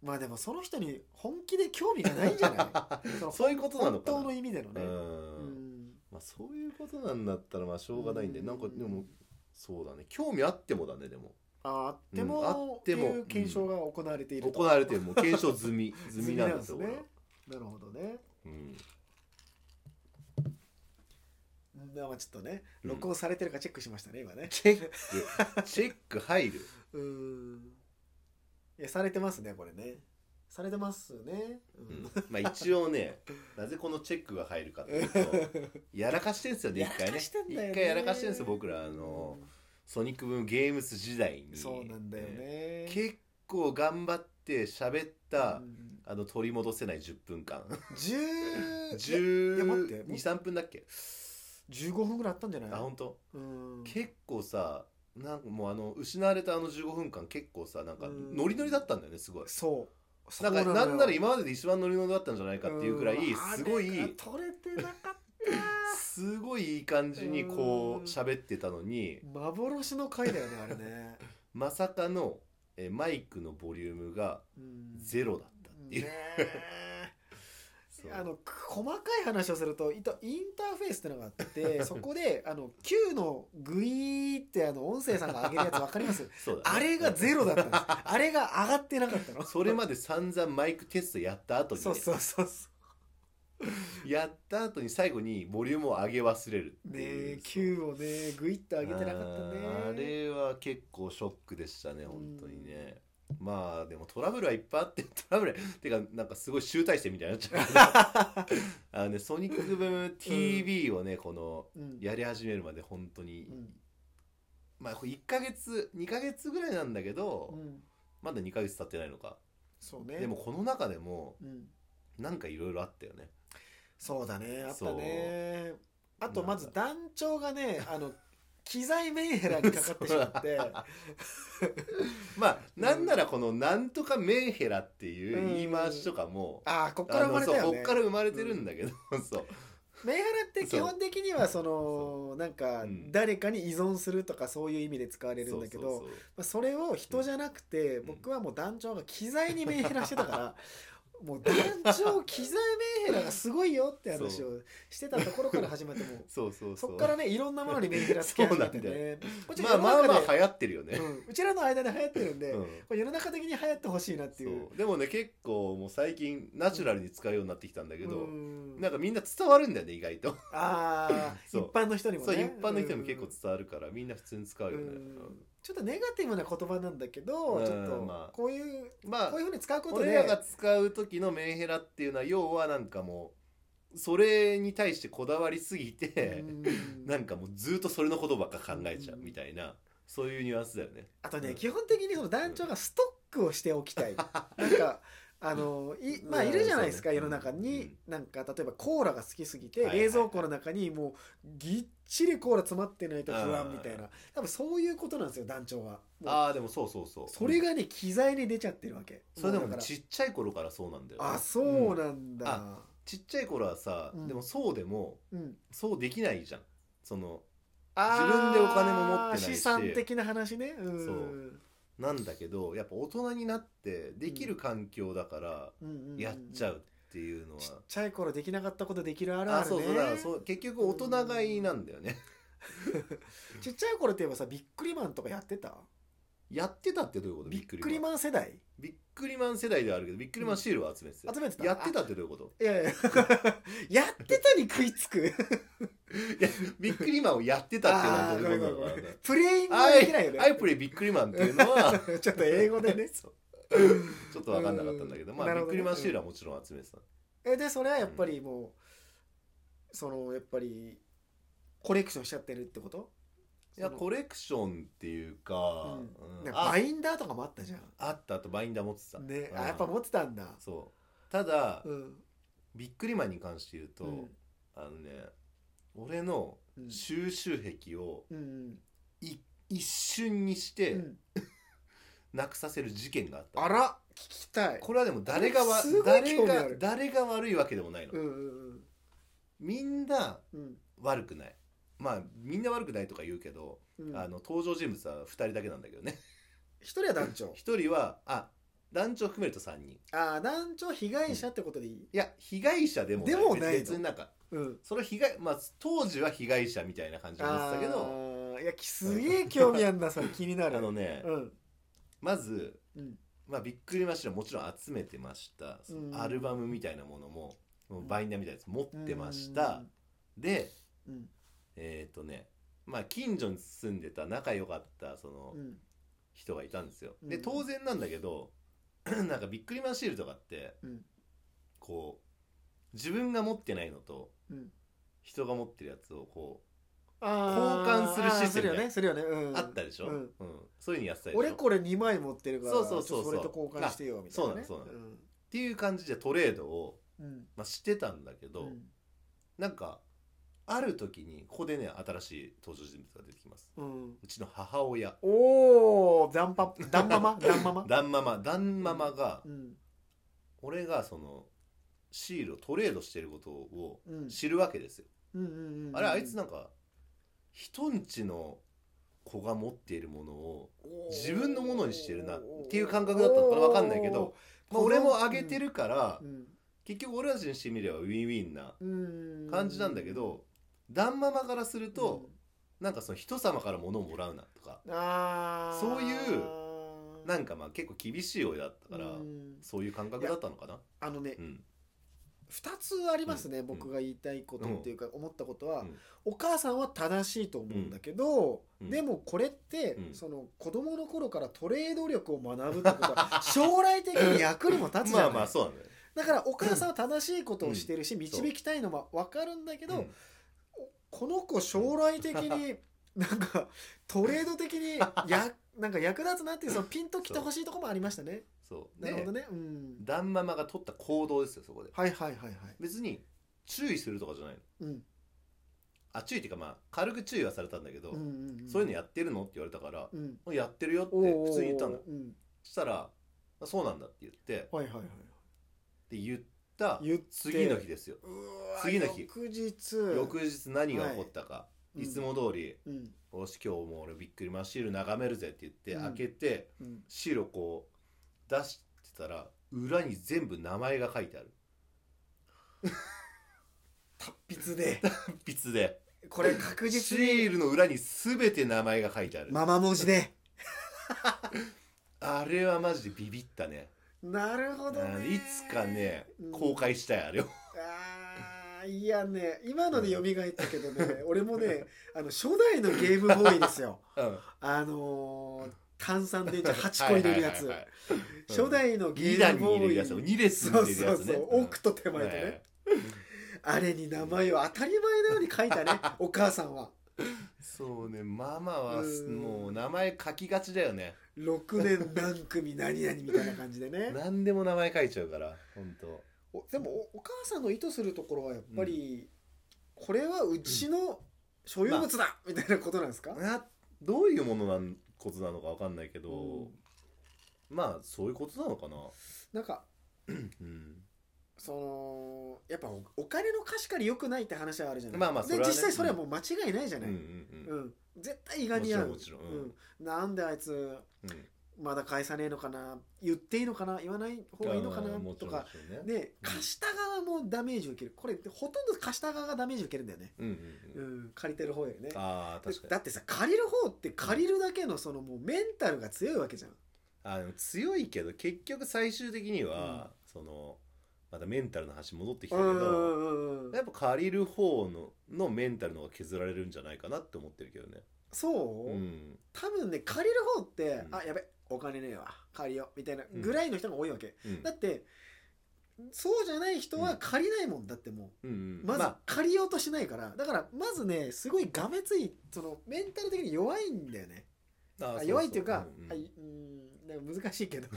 B: まあでもその人に本気で興味がないんじゃないその
A: そういうことなの
B: 本
A: かな
B: 当の意味でのね
A: う
B: うんん
A: ままあ、そういうことなんだったらまあしょうがないんで、
B: うん
A: なんかでもそうだね興味あってもだねでも
B: あーあっても,、
A: うんあっても
B: っていう検証が行われている
A: 行われてるもう検証済み済
B: 済
A: み
B: み
A: な
B: なんん
A: で
B: ですす
A: よ
B: ねなるほどね
A: 俺はうん
B: うんまあちょっとね
A: うん
B: 録音されてるかチェックしましたね今ね
A: チェックチェック入る
B: うーんいやされてますねこれねされてますね
A: う
B: うんん、
A: まあ一応ねなぜこのチェックが入るかというと やらかしてんすよね一回
B: や
A: ね
B: らかしてんだよね
A: 一回やらかしてんすよ僕らあの、ソニックブームゲームス時代
B: うん
A: に
B: そうなんだよね
A: 結構頑張って喋った、
B: うん
A: あの取り戻せない10分間
B: 10いや待ってもう
A: 123分だっけ、
B: 15分ぐらいあったんじゃない
A: あ本当、
B: うん
A: 結構さなんかもうあの失われたあの15分間結構さなんか
B: うん
A: ノリノリだったんだよねすごい
B: そう
A: なんか
B: そうの
A: な
B: よ
A: んなら今までで一番ノリノリだったんじゃないかっていうくらい
B: ん
A: すご
B: あれ
A: い
B: が取れてな かっ
A: すごいいい感じにこ
B: うん
A: う喋ってたのに
B: た幻の回だよねあれね、
A: まさかのえマイクのボリュームが
B: うん、
A: ゼロだったっていう
B: ねえ
A: そう
B: あの細かい話をするといとインターフェースってのがあっ てそこであの Q のグイーってあの音声さんが上げるやつ分かります
A: そうだね
B: あれがゼロだったんですあれが上がってなかったの
A: それまで散々マイクテストやった後にね、
B: そうそうそうそ
A: やった後に最後にボリュームを上げ忘れるっ
B: う
A: て
B: ね
A: いう
B: え Q をねグイって上げてなかったね
A: あーあれは結構ショックでしたね本当にね、まあでもトラブルはいっぱいあってトラブル てかなんかすごい集大成みたいになっち ゃうあのねソニックブーム TV をね、この
B: うん
A: やり始めるまで本当に、
B: うん
A: まあ1ヶ月2ヶ月ぐらいなんだけど、
B: うん
A: まだ2ヶ月経ってないのか
B: そうね
A: でもこの中でも
B: うん
A: なんかいろいろあったよね
B: そうだねあったねあとまず
A: なん
B: 団長がねあの機材メンヘラにかかってしまって
A: まあなんならこの「なんとかメンヘラ」っていう言い回しとかも、
B: ああこっか
A: あ
B: ら生ま
A: の
B: れ
A: そう
B: たよ
A: こ
B: ね
A: っから生まれてるんだけど、そう
B: メンヘラって基本的にはそのなんか
A: うん
B: 誰かに依存するとかそういう意味で使われるんだけど
A: そうそうそう
B: まあそれを人じゃなくて
A: ん
B: 僕はもう団長が機材にメンヘラしてた からもう団長機材メンヘラがすごいよって話をしてたところから始まってもう
A: そうそう
B: そ
A: そう
B: っからねいろんなものにメンヘラつけ始めてねこっち
A: まあ
B: 世の
A: まあ
B: 中で
A: まあ流行ってるよね、
B: うんうちらの間で流行ってるん
A: う
B: で
A: ん
B: これ世の中的に流行ってほしいなっていう
A: そうでもね結構もう最近ナチュラルに使うようになってきたんだけど、
B: うん
A: なんかみんな伝わるんだよね意外と、
B: ああ
A: そ
B: 一
A: う
B: 般の人にも
A: そう一
B: ね
A: 般の人にも結構
B: うん
A: 伝わるからみんな普通に使うよね、
B: うんちょっとネガティブな言葉なんだけど、
A: うん
B: ちょっ
A: ま
B: と
A: あ
B: こういう、
A: うんまあ
B: こういうふうに使うこと
A: 俺
B: で
A: らが使う時のメンヘラっていうのは要はなんかもうそれに対してこだわりすぎて、
B: うん
A: なんかもうずっとそれのことばっか考えちゃうみたいな、そういうニュアンスだよね
B: あとね、
A: うん
B: 基本的にその団長がストックをしてお きたいなんかあのいまあ
A: うん
B: いるじゃないです
A: そ
B: か、
A: うね
B: 世の中に、なんか例えばコーラが好きすぎて、
A: はいはいはい
B: 冷蔵庫の中にもうぎっちりコーラ詰まってないと不安みたいな多分そういうことなんですよ団長はもう
A: ああでもそうそうそう
B: それがね機材に出ちゃってるわけ
A: それで
B: もう
A: も
B: だから
A: ちっちゃい頃からそうなんだよね、
B: あそうなんだ
A: あ、ちっちゃい頃はさ、
B: うん
A: でもそうでも
B: うん、
A: そうできないじゃんその
B: あー
A: 自分でお金も持ってないし
B: 資産的な話ねうん
A: そうなんだけどやっぱ大人になってできる環境だから
B: うんうんうん
A: やっちゃうっていうのは、
B: ちっちゃい頃できなかったことできるあるあ
A: あ
B: る
A: そう
B: ね
A: そうだからそう結局大人買いなんだよね、
B: ちっちゃい頃って言えばさビックリマンとかやってた
A: やってたってどういうこと
B: ビックリマン世代
A: ビックリマン世代ではあるけどビックリマンシールを集めてた、
B: 集めてた
A: やってたってどういう こと
B: いやいややってたに食いつく
A: いやビックリマンをやってたっていうのはどういうことな
B: あーごめんごめん
A: の
B: ご
A: か
B: め
A: なん
B: プレイング
A: ア
B: ができないよ
A: イ
B: ね
A: アイプレイビックリマンっていうの は
B: ちょっと英語で ね
A: ちょっと分かんなかったんだけど、
B: うん
A: まあ
B: な
A: ビッ
B: るほど
A: ク
B: ね
A: リマンシールはもちろん集めてた、
B: えでそれはやっぱりもう、そのやっぱりコレクションしちゃってるってこと
A: いや
B: その
A: コレクションっていうか、うん
B: なんか
A: あ
B: バインダーとかもあったじゃん
A: あったあとバインダー持ってた、
B: ね、
A: う
B: あ
A: ん
B: やっぱ持ってたんだ
A: そうただ、
B: うん
A: ビックリマンに関して言うと、
B: うん
A: あのね俺の
B: うん
A: 収集癖を
B: うん
A: い一瞬にし
B: う
A: て
B: ん、
A: なくさせる事件があった、
B: あら聞きたい
A: これはでも誰がわ
B: すごい
A: 誰
B: 興味あ
A: が
B: る
A: 誰が悪いわけでもないの、
B: うんうん
A: みんな
B: うん
A: 悪くないまあみんな悪くないとか言うけど、
B: うんうん
A: あの登場人物は2人だけなんだけどね
B: 一人は団長
A: 1人はあ男女含めると3人い
B: ああ男女被害者ってことでいい、
A: や被害者でも
B: でもないの
A: 別になんか
B: うん、
A: その被害まあ当時は被害者みたいな感じで思ってたけど
B: ああいやきすげえ興味あんなそれ気にな
A: あ
B: る
A: のね、
B: うん
A: まず、
B: うん
A: まあ、びっくりマッシュはもちろん集めてましたそ
B: うん
A: のアルバムみたいなものも、もうバインダーみたいなやつ持ってました、で
B: うん
A: えっ、とねまあ近所に住んでた仲良かったその
B: うん
A: 人がいたんですよ、
B: うん
A: で当然なんだけど なんかびっくりマンシールとかって
B: うん
A: こう自分が持ってないのと
B: うん
A: 人が持ってるやつをこ
B: あー
A: 交換するシステム
B: あーするよねするよね、う
A: う、
B: ん、
A: あったでしょ、
B: う
A: うんんそういうのやってたでしょ
B: 俺これ2枚持ってるから
A: そうそうそうそう
B: ちょっとそれと交換してよみたいな、ね、
A: あそうなのそうなっていう感じでトレードを、
B: うんうん
A: まあ、してたんだけど、
B: うん
A: なんかある時にここでね新しい登場人物が出てきます
B: うん、
A: うちの母親
B: おおダンパダンマ マダンママ
A: ダンママダンママが、
B: うん
A: 俺がそのシールをトレードしてることを
B: うん
A: 知るわけですよ、
B: うんうんうん
A: あれあいつなんか人んちの子が持っているものを自分のものにしてるなっていう感覚だったのかなわかんないけど、まあ、俺もあげてるから、
B: うん
A: 結局俺たちにしてみればウィンウィンな
B: うん
A: 感じなんだけど、ダンママからすると、、なんかその人様から物をもらうなとか
B: うんあー
A: そういうなんかまあ結構厳しい親だったから、
B: うん
A: そういう感覚だったのかな
B: あのね
A: うん
B: 2つありますね、
A: うん
B: 僕が言いたいことっていうか思ったことは、
A: うん
B: お母さんは正しいと思うんだけど、
A: うん
B: でもこれって、
A: うん
B: その子供の頃からトレード力を学ぶってこ とは将来的に役にも立つじ
A: ま
B: ゃな
A: あ
B: い
A: まあそうなんだよ
B: だからお母さんは正しいことをしてるし、導きたいのも分かるんだけ
A: け
B: ど、この子将来的になんかトレード的にやなんか役立つなっていうそのピンときてほしいとこもありましたね。
A: そう
B: なるほど
A: で
B: ね。うん。
A: ダンママが取った行動ですよそこで
B: はいはいはいはい。
A: 別に注意するとかじゃないの
B: うん。
A: あ注意っていうかまあ軽く注意はされたんだけど、
B: うんうんうん
A: そういうのやってるのって言われたから、
B: うん。
A: やってるよって
B: おー
A: 普通に言ったんだ
B: うん。
A: そしたら「そうなんだ」って言って
B: はいはいはい。
A: で言った
B: 言って
A: 次の日ですよ
B: うわ
A: 次の日
B: 翌日。
A: 翌日何が起こったか、
B: うん
A: い、つも通り
B: うん。
A: 「よし今日も俺びっくりマンシール眺めるぜ」って言って、
B: うん
A: 開けて
B: うん。
A: シールをこう出してたら裏に全部名前が書いてある
B: 達筆で。
A: 筆で
B: これ確
A: シ
B: 実に。
A: ールの裏に全て名前が書いてある、
B: ママ文字で。
A: あれはマジでビビったね
B: なるほど
A: あ
B: ね。
A: いつかね
B: うん
A: 公開したいあれを
B: あーいやね今ので蘇ったけどね、俺 もねあの初代のゲームボーイですよ
A: うん
B: あのー、炭酸 電池8個入れるやつ
A: はいはいはいはい
B: 初代のゲ
A: 二段
B: ーム
A: に入
B: ボ
A: れる
B: ー
A: や
B: イ
A: つ2列に
B: そう
A: 入れる
B: そ
A: や
B: う
A: つ
B: そ
A: ね
B: う、奥と手前とね、
A: はい
B: あれに名前を当たり前のように書いたねお母さんは
A: そうねママは
B: うん
A: もう名前書きがちだよね
B: 6年何組何々みたいな感じ でね
A: 何でも名前書いちゃうから本当
B: おでもおお母さんの意図するところはやっぱり、これはうちの所有物だ、みたいなことなんですか、
A: などういうものなんことなのか分かんないけど、
B: うん
A: まあそういうことなのかな
B: なんか
A: うん
B: そのやっぱおお金の貸し借り良くないって話はあるじゃない
A: まあまあ
B: で
A: それはね
B: 実際それはもう間違いないじゃ
A: うん
B: な
A: う
B: い、
A: ん
B: うん
A: うん
B: 絶対胃が似合う
A: もちろんもちろんうん
B: うんなんであいつまだ返さねえのかな言っていいのかな言わない方がいいのかな
A: あーもち
B: と
A: ろんも
B: か
A: ちろんね
B: で貸した側もダメージ受けるこれほとんど貸した側がダメージ受けるんだよね、
A: うんうん
B: う
A: うん
B: ん、借りてる方よりね
A: ああ確か
B: だ
A: に
B: ってさ借りる方って借りるだけのそのもうメンタルが強いわけじゃん
A: あの強いけど結局最終的には、そのまたメンタルの話戻ってきたけ
B: うん
A: ど、
B: うんうんうん
A: やっぱ借りる方ののメンタルの方が削られるんじゃないかなって思ってるけどね
B: そう、
A: うん
B: 多分ね借りる方って、
A: うん
B: あやべお金ねえわ借りようみたいなぐらいの人が多いわけ、
A: うん
B: だってそうじゃない人は借りないもんだっても
A: うん
B: う、
A: うん
B: まず
A: あ
B: 借りようとしないからだからまずねすごいがめついそのメンタル的に弱いんだよね
A: あ
B: あ
A: そうそう
B: 弱いっていうか、
A: んん
B: あいうんなんか難しいけど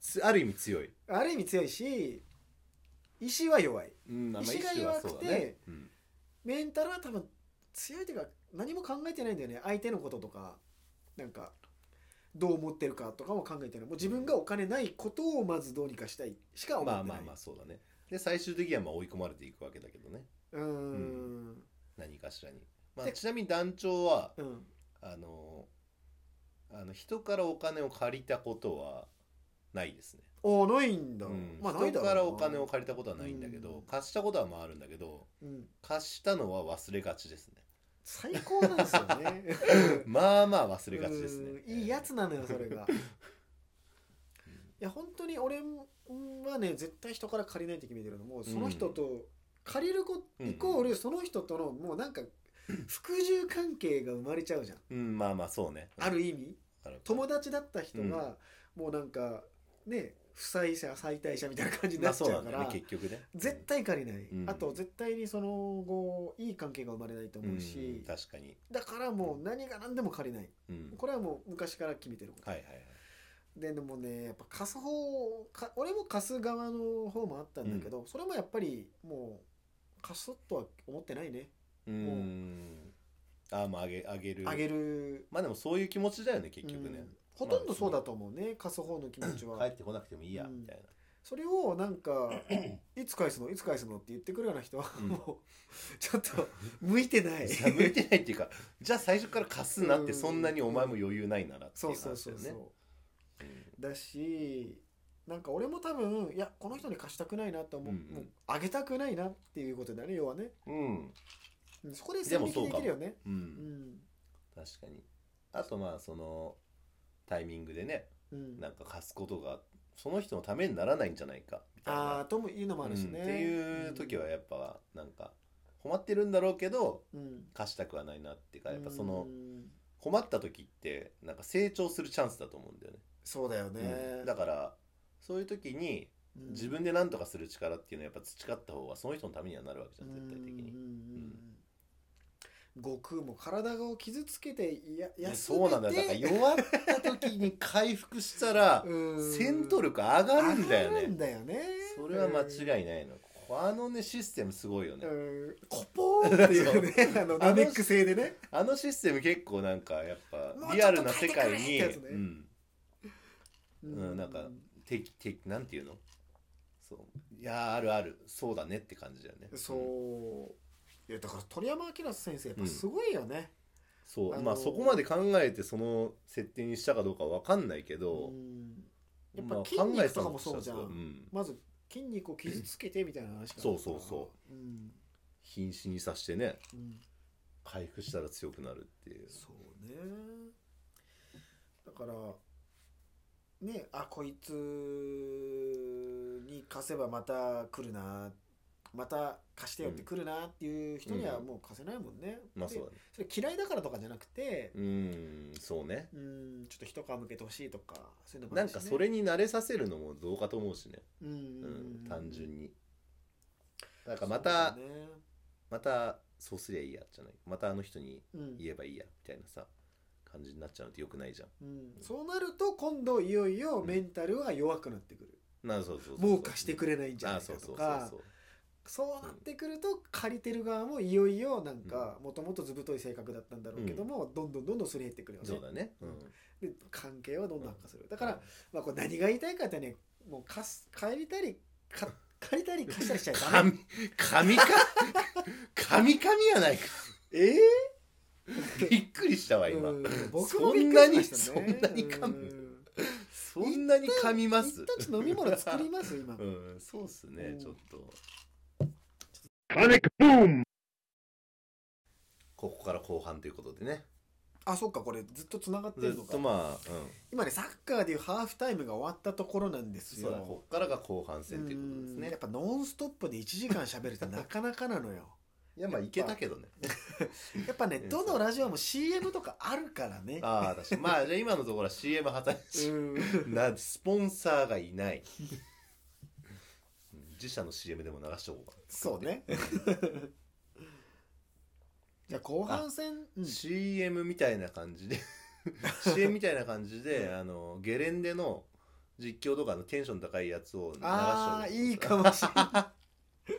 A: つある意味強い、
B: ある意味強いし意志は弱い
A: うんまあ
B: 意志が
A: 意志はそうだね
B: 弱くて
A: うん
B: メンタルは多分強いというか何も考えてないんだよね相手のこととかなんかどう思ってるかとかも考えてないもう自分がお金ないことをまずどうにかしたいしか思って
A: ま
B: な
A: あ
B: い
A: まあまあそうだねで最終的にはまあ追い込まれていくわけだけどね
B: うーん
A: 何かしらに、まあ、
B: で
A: ちなみに団長は
B: うん
A: あのあの人からお金を借りたことはないですね
B: おないんだ、
A: うん
B: まあない
A: 人
B: だろうな
A: からお金を借りたことはないんだけど、
B: うん
A: 貸したことはまああるんだけど
B: うん、
A: 貸したのは忘れがちですね
B: 最高なんですよ ね
A: まあまあ忘れがちですね
B: うんいいやつなのよそれがいや本当に俺はね絶対人から借りないって決めてるのもうその人と借りるこ、
A: うん
B: イコールその人とのもうなんか服従関係が生まれちゃうじゃん
A: うんまあまあそうね
B: ある意味
A: わかる
B: 友達だった人がもうなんかね不債者再退者みたいな感じに
A: ま
B: な
A: あ
B: っち
A: そう
B: ゃ
A: な
B: うんか
A: だよね
B: ら
A: 結局ね
B: 絶対借りない、
A: うん
B: あと絶対にその後いい関係が生まれないと
A: うん
B: 思うし、
A: 確かに
B: だからもう何が何でも借りない
A: うん
B: これはもう昔から決めてること、
A: はいはいはい
B: ででもねやっぱ貸す方か俺も貸す側の方もあったんだけど、それもやっぱりもう貸すとは思ってないね
A: うーんああまああげあげる
B: あげる
A: まあでもそういう気持ちだよね結局
B: う
A: ね
B: んほとんどそうだと思うね、貸す方の気持ちは、
A: 帰ってこなくてもいいや
B: うん
A: みたいな
B: それをなんか 「いつ返すのいつ返すの?」って言ってくるよう な人は
A: うん
B: もうちょっと向いてない
A: いや向いてないっていうかじゃあ最初から貸すなって
B: うん
A: そんなにお前も余裕ないならってい
B: そううそう
A: 話
B: そ
A: だ
B: う
A: よ
B: そ
A: ね
B: うだしなんか俺も多分いやこの人に貸したくないなと思う,、
A: うんうん
B: もうあげたくないなっていうことだね要はね
A: うん
B: うんそこで
A: で
B: 線
A: も
B: 引き
A: そう
B: で
A: かも
B: きるよね
A: う
B: うんん
A: 確かにあとまあそのタイミングでね
B: うん
A: なんか貸すことがその人のためにならないんじゃないかみたい
B: ああ
A: な
B: ともいうのもあるし
A: うん
B: ね、
A: っていう時は
B: うん
A: やっぱなんか困ってるんだろうけど
B: うん
A: 貸したくはないなっていうかやっぱそうの
B: ん
A: 困った時ってなんか成長するチャンスだと思うんだよね
B: そうだよね、
A: うんだからそういう時に
B: うん
A: 自分で何とかする力っていうのはやっぱ培った方がその人のためにはなるわけじゃん絶対的
B: うん
A: に
B: うんうん悟空も体を傷つけていや
A: いや
B: 休
A: そうなんだよだから弱った時に回復した ら戦闘力上がるんだよ
B: 上がる
A: ね
B: んだよね
A: それは間違いないのあのねシステムすごいよね
B: うんコポーンってい うねあのナメック製でね
A: あのシステム結構なんかやっ
B: も
A: ぱ
B: う
A: リ
B: ちょ
A: ア
B: っ
A: ル
B: と
A: な世界
B: 変
A: に
B: えてくれってやつね
A: うんうんなんかててなんていうのそういやーあるあるそうだねって感じだよね
B: そういやだから鳥山明先生やっぱすごいよね、
A: そう、
B: あのー
A: まあそこまで考えてその設定にしたかどうかわかんないけど、
B: うんやっ
A: ま
B: ぱ
A: あ
B: 筋肉とか
A: 考
B: も
A: えてた
B: そうじ
A: とした
B: ゃ
A: ら
B: ん
A: ん
B: まず筋肉を傷つけてみたいな話から
A: そうそうそ
B: うん、
A: 瀕死にさしてね
B: うん、
A: 回復したら強くなるっていう
B: そうねだからねあこいつに貸せばまた来るなまた貸してよって来るなっていう人には
A: うん
B: もう貸せないもんね、
A: まあそう
B: で
A: だね
B: それ嫌いだからとかじゃなくて
A: うーんそうね
B: うんちょっと一皮向けてほしいとかそういうのもあ
A: な
B: る
A: ん
B: しね
A: かそれに慣れさせるのもどうかと思うしね、
B: うん
A: う
B: うんん
A: 単純に
B: な
A: なんかまた、
B: う,、ね
A: またそうすりゃいいやじゃないまたあの人に
B: うん
A: 言えばいいやみたいなさ感じになっちゃうのってよくないじゃん
B: うん、そうなると今度いよいよメンタルは弱くなってくる、
A: なそうそうそう
B: もう貸してくれないんじゃ
A: ああ
B: ないか
A: そうそ
B: と
A: うそう
B: か
A: そう
B: そうなってくると借りてる側もいよいよなんかもともとずぶとい性格だったんだろうけども、どんどんどんどんすり減ってくるよね
A: そうだねうん
B: で関係はどんどん悪化するだから、まあ、これ何が言いたいかってねもう貸す借りたりか借りたり貸したりしちゃダメ
A: 神神か神神やないか
B: え
A: びっくりしたわ
B: え
A: 今、
B: うん僕もびっくりしました
A: そ
B: ね
A: んなにそんなに噛む
B: うん
A: そんなに噛みま
B: 一
A: す
B: 旦ちょっと飲み物作ります今
A: うんそうっすね、
B: うん
A: ちょっと
C: パニックブーム
A: ここから後半ということでね
B: あそっかこれずっとつながって
A: ず
B: るの
A: っと
B: か
A: まあ、
B: 今ねサッカーでいうハーフタイムが終わったところなんで
A: うん、
B: す
A: そうだ
B: よ
A: こっからが後半戦ということです
B: うんやっ
A: ね
B: ぱノンストップで1時間喋るってなかなかなのよ
A: いやまあいけたけどね
B: やっぱねどのラジオも CM とかあるからね
A: ああ確かにまあじゃあ今のところは CM 果たしなスポンサーがいないうん自社の CM でも流しておこうか
B: そうねじゃあ後半戦、うん
A: CM みたいな感じで CM みたいな感じで、あのゲレンデの実況とかのテンション高いやつを流して
B: ああいいか
A: も
B: もしれない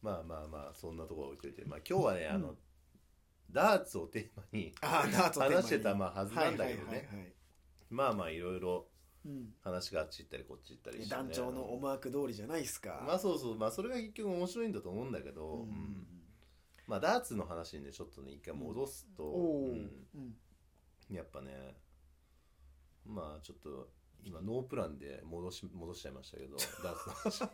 A: まあまあまあそんなところ置いといて、まあ、今日はねあの、ダーツをテーマに
B: あーダーツをテーマに
A: 話してたまあはずなんだけどね、
B: はいはいはいはい
A: まあまあいろいろ
B: うん
A: 話があっち行ったりこっち行ったりして、
B: 団長の思惑通りじゃないですか、
A: まあそうそうまあそれが結局面白いんだと思うんだけど、
B: うん
A: うんまあダーツの話にねちょっとね一回戻すと、
B: おお、
A: うん
B: うん
A: やっぱねまあちょっと今ノープランで戻し戻しちゃいました けどダーツの話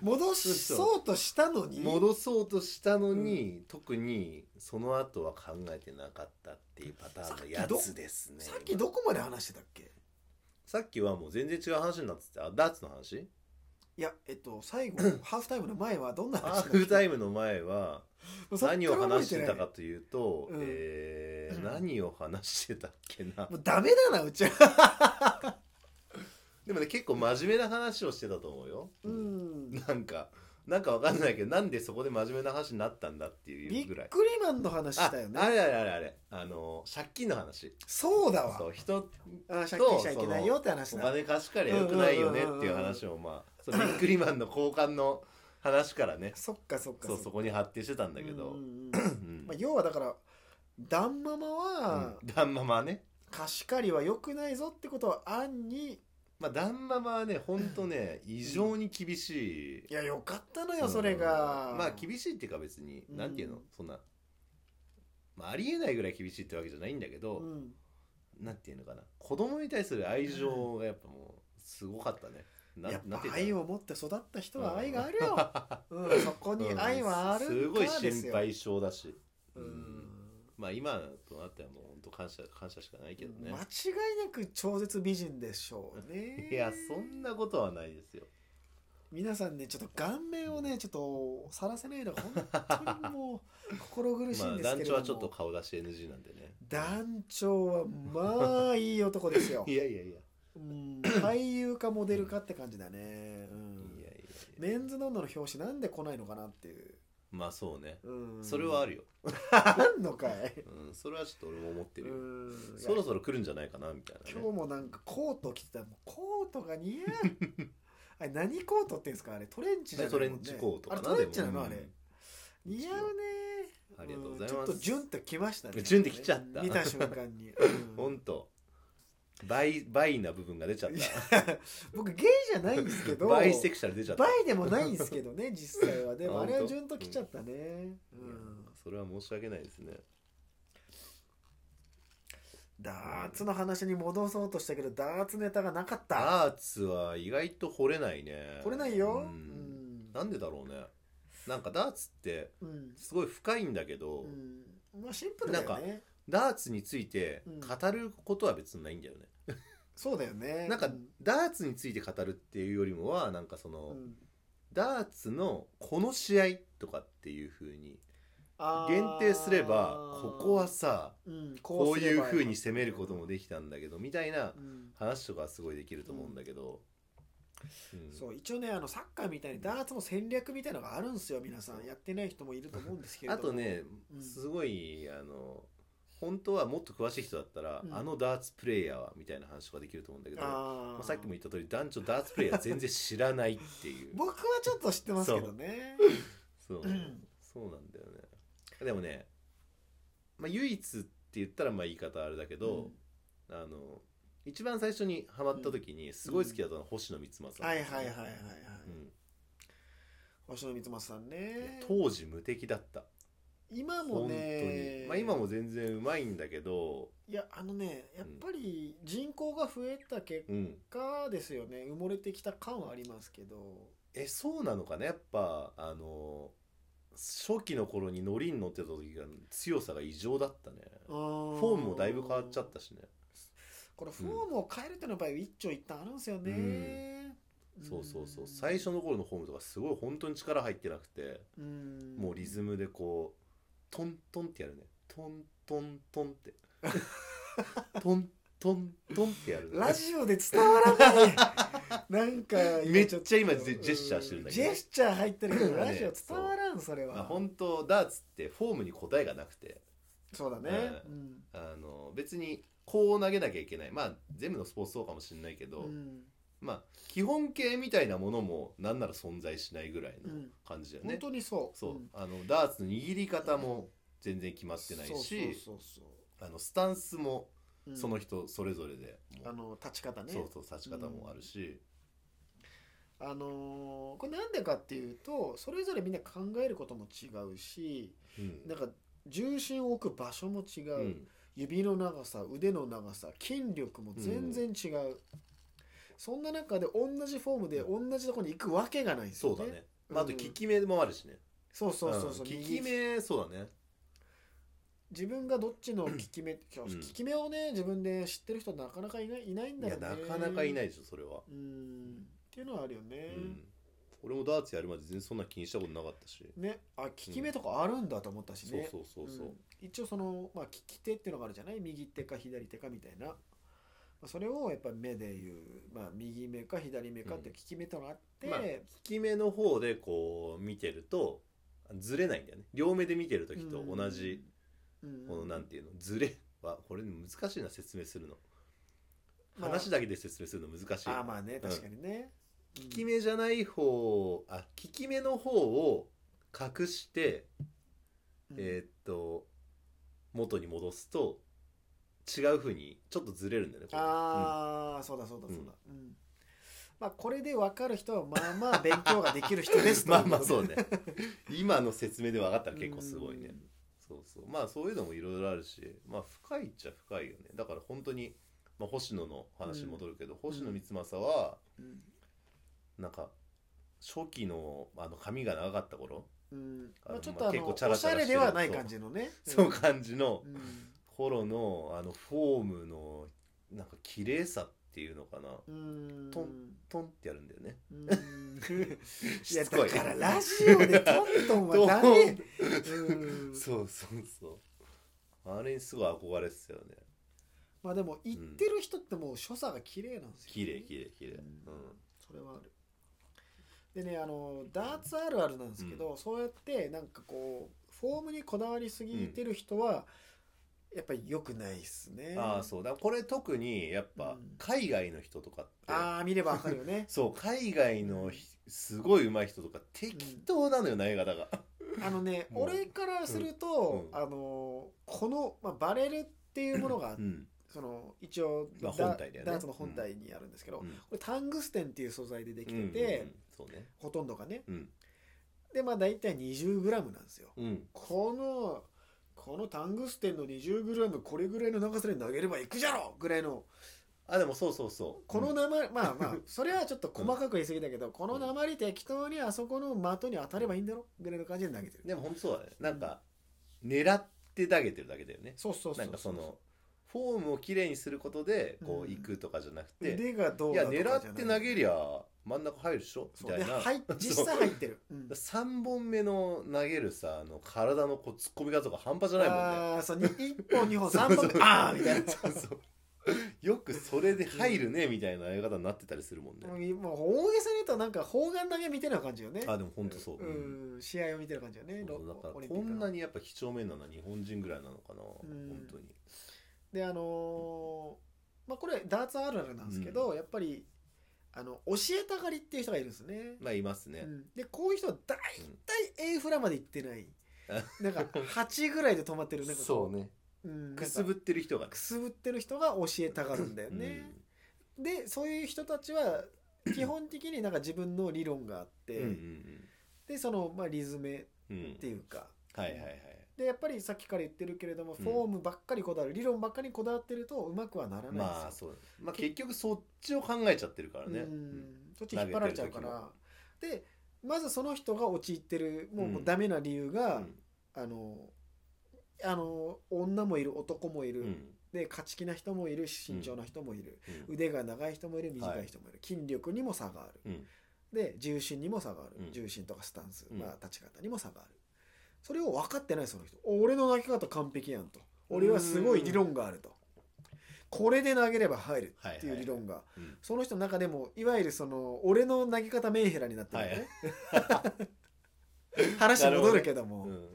B: 戻しそうとしたのに
A: 戻そうとしたのに、特にその後は考えてなかったっていうパターンのやつですね
B: さっきどこまで話してたっけ
A: さっきはもう全然違う話になっててあダーツの話
B: いやえっと最 後ハーフタイムの前はどんな
A: ハ
B: 話
A: ー フタ
B: イ
A: イムの前は
B: ム
A: 何を話してたか
B: も
A: というと、
B: うん
A: えー
B: うん
A: 何を話してたっけな
B: うダメだなうちは
A: でもね結構真面目な話をしてたと思うよ、
B: うん
A: なんかなんかわかんないけどなんでそこで真面目な話になったんだって
B: ビ
A: いうぐら
B: ッ
A: い
B: クリマンの話したよ
A: ああ
B: ね
A: れあれあれあれあの借金の話
B: そうだわ
A: そう人
B: あ借金しちゃいけないよって話
A: お
B: だ
A: 金貸しからよくないよねっていう話をまあそのビックリマンの交換の話からね
B: そっかそっか
A: そうそこに発展してたんだけど
B: うんうんうん
A: うん
B: まあ要はだからダンママは
A: うんダンママね
B: 貸し借りは良くないぞってことは暗に
A: まあダンママはねほんとね異常に厳しい
B: いやよかったのよそれが
A: うんまあ厳しいっていうか別に
B: うん
A: なんていうのそんなまあありえないぐらい厳しいってわけじゃないんだけど
B: うん
A: なんていうのかな子供に対する愛情がやっぱもうすごかったねな
B: やっ
A: なんて
B: ぱ
A: いうかな
B: 愛を持って育った人は愛があるよ、うんそこ に
A: うん
B: 愛はある
A: すごい
B: からです
A: 心
B: よ
A: 配性だし
B: う
A: うん
B: ん
A: まあ今となってはもう本当感謝感謝しかないけどね
B: 間違いなく超絶美人でしょう ね
A: いやそんなことはないですよ
B: 皆さんねちょっと顔面をねちょっとさらせないのが本当にもう心苦しい
A: ま
B: ん
A: あ
B: ですけ
A: 団
B: れど
A: 長
B: も、
A: はちょっと顔出し NG なんでね
B: 団長はまあいい男ですよ
A: いやいやいや
B: うん俳優かモデルかって感じだね、う
A: い
B: ん
A: やいやいや
B: メンズノンノの表紙なんで来ないのかなっていう、
A: まあそうね
B: うん、
A: それはあ
B: る
A: るよ
B: あんのかい
A: うんそれはちょっと俺も思ってるよ
B: うん
A: そろそろ来るんじゃないかなみたいな、
B: 今
A: ね、
B: 日もなんかコート着てたらもうコートが似合う あれ何コートっていうんですかあれトレンチじゃない
A: トレンチコート
B: あ
A: か
B: れ
A: な
B: トレンチな
A: でも
B: の
A: うん
B: あれ、似合うね
A: ありがとうござい
B: ん
A: ます
B: ちょっとジュンと来ましたね
A: ジュンって来ちゃった
B: 見た瞬間 に、うん
A: ほんと倍倍な部分が出ちゃっ
B: い や
A: た
B: 僕ゲイじゃないんですけど
A: バイセクシャル出ちゃった
B: バイでもないんですけど ね実際はでも
A: あ本
B: あ
A: 当
B: れはジュンと来ちゃったね、う
A: いや
B: ん、
A: それは申し訳ないですね
B: ダーツの話に戻そうとしたけどダーツネタがなかった
A: ダーツは意外と掘れないね
B: これないよ
A: う
B: うんん
A: なんでだろうねなんかダーツって
B: うん、
A: すごい深いんだけど、
B: うん、まあシンプルだよね
A: ダーツについて語ることは別にないんだよね、
B: そうだよね
A: なんか
B: うん
A: ダーツについて語るっていうよりもはなんかその、
B: うん
A: ダーツのこの試合とかっていう風に
B: あー
A: 限定すればここはさ
B: うん
A: こ
B: こ
A: ういう風に攻めることもできたんだけどみたいな
B: うん
A: 話とかはすごいできると思うんだけど、うん
B: そう一応ねあのサッカーみたいにダーツの戦略みたいのがあるんですよ皆さんやってない人もいると思うんですけれ
A: あ
B: ども
A: とね、
B: うん
A: すごいあの本当はもっと詳しい人だったら、
B: うん
A: あのダーツプレイヤーはみたいな話とかできると思うんだけど
B: あ
A: まあ、
B: ー
A: さっきも言った通り男女ダーツプレイヤー全然知らないっていう
B: 僕はちょっと知ってますけどね
A: そう
B: うん
A: そうなんだよねでもね、まあ、唯一って言ったらまあ言い方あれだけど、あの一番最初にハマった時にすごい好きだったのは星野光政さん
B: は
A: で
B: いはい
A: す
B: は
A: ね、
B: いはいはい、
A: うん
B: 星野光正さん
A: いや
B: ね
A: 当時無敵だった
B: 今も
A: 本当
B: ね
A: に、まあ、今も全然うまいんだけど
B: いやあのねやっぱり人口が増えた結
A: うん
B: 果ですよね埋もれてきた感はありますけど
A: えそうなのかねやっぱあの初期の頃に乗りに乗ってた時が強さが異常だったね
B: フ
A: フォ
B: ォ
A: ームもだいぶ変わっちゃったしね
B: これフォームを変えるっていうのはやっぱり一長一短あるんですよね、
A: そうそうそう最初の頃のフォームとかすごい本当に力入ってなくてもうリズ
B: ム
A: ムでこうトントンってやるねトントントンって トントントンってやるね
B: ラジオで伝わらない なんか
A: めっちゃ今
B: ちょっと
A: ジェジェスチャーしてるんだけど
B: ジェスチャー入ってるけど
A: まあね
B: ラジオ伝わらんそれ
A: まあ
B: は
A: 本当ダーツってフォームに答えがなくて
B: そうだね
A: うあの別にこう投げなきゃいけないまあ全部のスポーツそうかもしれないけ
B: う
A: ど、
B: んうん
A: まあ基本形みたいなものもなんなら存在しないぐらいの
B: うん
A: 感じだよね
B: 本、当にそう
A: そう、
B: ん
A: あのダーツの握り方も全然決まってないし、
B: そうそうそうそ
A: あのスタンスも
B: ううん
A: その人それぞれで、もう
B: あの立ち方ね
A: そうそう立ち方もあるし、
B: あのーこれなんでかっていうとそれぞれみんな考えることも違うし
A: うん
B: なんか重心を置く場所も違う、
A: うん
B: 指の長さ腕の長さ筋力も全然違う、そんな中で同じフォームで同じとこに行くわけがないんです
A: そうだね、まあ、あと
B: うん
A: 効き目もあるしね
B: そうそうそうそうう、
A: ん効
B: 右
A: き目そうだね
B: 自分がどっちの効き 目、効
A: うん
B: き目をね自分で知ってる人なかなかいないいないん
A: い
B: だ
A: や
B: よね
A: なかなかいないいでしょそれは、
B: うんっていうのはあるよ
A: う
B: ね、
A: ん、俺もダーツやるまで全然そんな気にしたことなかったし、
B: ねあ効き目とかあるんだと思ったし
A: そう
B: ね
A: そうそうそう、
B: うん一応その、まあ、利き手っていうのがあるじゃない右手か左手かみたいな、まあ、それをやっぱ目で言う、まあ、右目か左目かっていう利き目とのあって、
A: まあ効き目の方でこう見てるとずれないんだよね両目で見てる時と同じ、
B: うんうん
A: このなんていうのずれはこれ難しいな説明するの、
B: まあ
A: 話だけで説明するの難しい
B: あーまあね確かにね、うん
A: 効き目じゃない方あ効き目の方を隠して、
B: うん
A: えーっと元に戻すと違う風にちょっとずれるんだよねこれ
B: ああ、そうだそうだそうだ、うんまあこれで分かる人はまあまあ勉強ができる人で す
A: まあまあ
B: う
A: そう ね今の説明で分かったら結構すごいね、そうそうまあそういうのもいろいろあるしまあ深いっちゃ深いよねだから本当にまあ、星野の話に戻るけど、星野光政は
B: うん
A: なんか初期のあの髪が長かった頃、
B: うん
A: あの
B: まあ、ちょっとあ
A: 結構
B: の
A: チャラチャラ
B: おしゃれではない感じのね
A: その感じの
B: うん
A: 頃のあのフォームのなんか綺麗さっていうのかな
B: うん
A: トントンってやるんだよ ね。
B: うんいや
A: しつこ
B: だ
A: い
B: からラジオでトン トンはダメうん
A: そうそうそうあれにすごい憧れっすよね
B: まあでも言ってる人ってもう所作が綺麗なんですよ、ね、
A: 綺麗綺麗綺麗うん
B: それはあるでねあのダーツあるあるなんですけど、そうやってなんかこうフォームにこだわりすぎてる人は、やっぱり良くないっすね
A: ああそうだからこれ特にやっぱ
B: うん
A: 海外の人とかって、
B: あー見ればわかる よね
A: そう海外のひすごい上手い人とか適当なのよ、投げ方が
B: あのね
A: もう
B: 俺からすると、
A: うん
B: あのこの、まあ、バレルっていうものが、
A: うん、
B: その一応、
A: まあ
B: ダ
A: 本体だよね
B: ダーツの本体にあるんですけ
A: う
B: ど、こ
A: ん
B: れタングステンっていう素材でできてて、
A: うんうんうんそうね
B: ほとんどがね
A: うん
B: でまあ大体 20g なんですよ
A: うん
B: このこのタングステンの 20g これぐらいの長さで投げればいくじゃろぐらいの
A: あでもそうそうそう
B: この名前、ま あまあそれはちょっと細かく言い過ぎだけど、この
A: うん
B: 名前適当にあそこの的に当たればいいんだろぐらいの感じで投げてる、
A: でも本当そうだねなんか狙って投げてるだけだよね
B: そうそうそう
A: なんかそのフォームをきれいにすることでこ
B: う
A: うん行くとかじゃなくて、
B: 腕がど
A: いうや
B: だとかじゃな
A: 狙
B: い
A: って投げりゃ真ん中入るでしょみ
B: そう
A: た
B: で
A: いな
B: 入っ実際入ってる、うん
A: 3本目の投げるさあの体のこう突っ込み方とか半端じゃないもんね
B: ああそうに1本2本
A: そう
B: 3
A: そ
B: 本
A: う
B: 目ああみたいな
A: そうそうよくそれで入るねみたいな投げ方になってたりするもんね、
B: もう大げさに言うとなんか砲丸投げみたいな感じよね
A: あでも本当そう、うん
B: うん、試合を見てる感じよね
A: そうそう
B: ロ
A: だから
B: オリンピ
A: こ
B: ックの
A: んなにやっぱ几帳面なのは日本人ぐらいなのかな、
B: ん
A: 本当に
B: であのーまあこれダーツあるあるなんですけど、やっぱりあの教えたがりっていう人がいるんですね、
A: まあいます
B: う
A: ね、
B: ん、でこういう人は大体 A フラまで行っ てない、
A: あ
B: なんか8ぐらいで止まってるなんかこ
A: ね
B: う、うん、
A: くす
B: なん
A: ぶっ
B: か
A: てる人がね
B: くすぶってる人が教えたがるんだよね、でそういう人たちは基本的になんか自分の理論があって、
A: うんうん
B: でその、まあ、リズムっ
A: うんうん
B: ていうか、
A: はいはいはい
B: でやっぱりさっきから言ってるけれども、
A: うん
B: フォームばっかりこだわる理論ばっかりこだわってるとうまくはならないんですよ、
A: まあそうだねまあ結局そっちを考えちゃってるからね、
B: う
A: うん
B: んそっちに引っ張られちゃう
A: 投
B: か
A: げ
B: らでまずその人が陥ってるもう,、
A: うん
B: もうダメな理由が、
A: うん
B: あのあの女もいる男もいる、
A: うん
B: で勝ち気な人もいる慎重な人もいる、
A: うん
B: 腕が長い人もいる
A: い
B: 短い人もいる、筋力にも差がある
A: うん
B: で重心にも差がある、
A: うん
B: 重心とかスタンス、
A: うん
B: まあ、立ち方にも差があるそれを分かってないその人俺の投げ方完璧やんと俺はすごい理論があるとこれで投げれば入るっていう理論が、
A: うん
B: その人の中でもいわゆるその俺の投げ方メンヘラになってるよね、 話に戻るけども
A: うん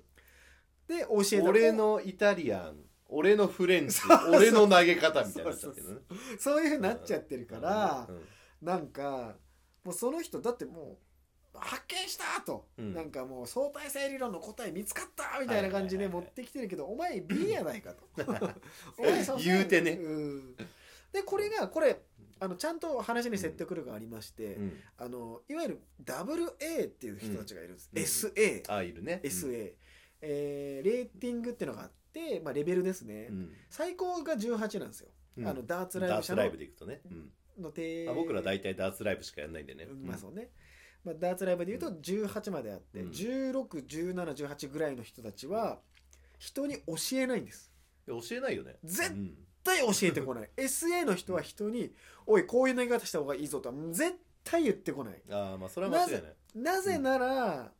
B: で教えた
A: 俺のイタリアン俺のフレンチ
B: そうそう
A: 俺の投げ方みたいになっちゃってるね
B: そういうふうになっちゃってるから
A: う、ん
B: なんかもうその人だってもう発見したと、
A: うん
B: なんかもう相対性理論の答え見つかったみたいな感じで
A: はいは
B: 持
A: いはいはい
B: ってきてるけど、お前 B やない かとお前そ
A: 言うてね
B: うんでこれがこれあのちゃんと話に説得力がありまして、
A: うん
B: あのいわゆる WA っていう人たちがいるんです、
A: うん
B: SA、
A: あいるね
B: SA、えーレーティングっていうのがあって、まあ、レベルですね、
A: うん
B: 最高が18なんですよ、
A: うん
B: あのダーツライ
A: ダ
B: ブ
A: ー
B: 社
A: ス
B: の
A: ライブでいくとねうん
B: の定
A: あ僕ら大体ダーツライブしかやんないんでね、
B: まあそうね、まあ、ダーツライブでいうと18まであって、
A: うん
B: 161718ぐらいの人たちは人に教えないんです
A: うんいや教えないよね
B: 絶
A: うん
B: 絶対教えてこない SA の人は人に「おいこういう投げ方した方がいいぞ」とは絶対言ってこない
A: ああまあそれは間違いない
B: なぜなら、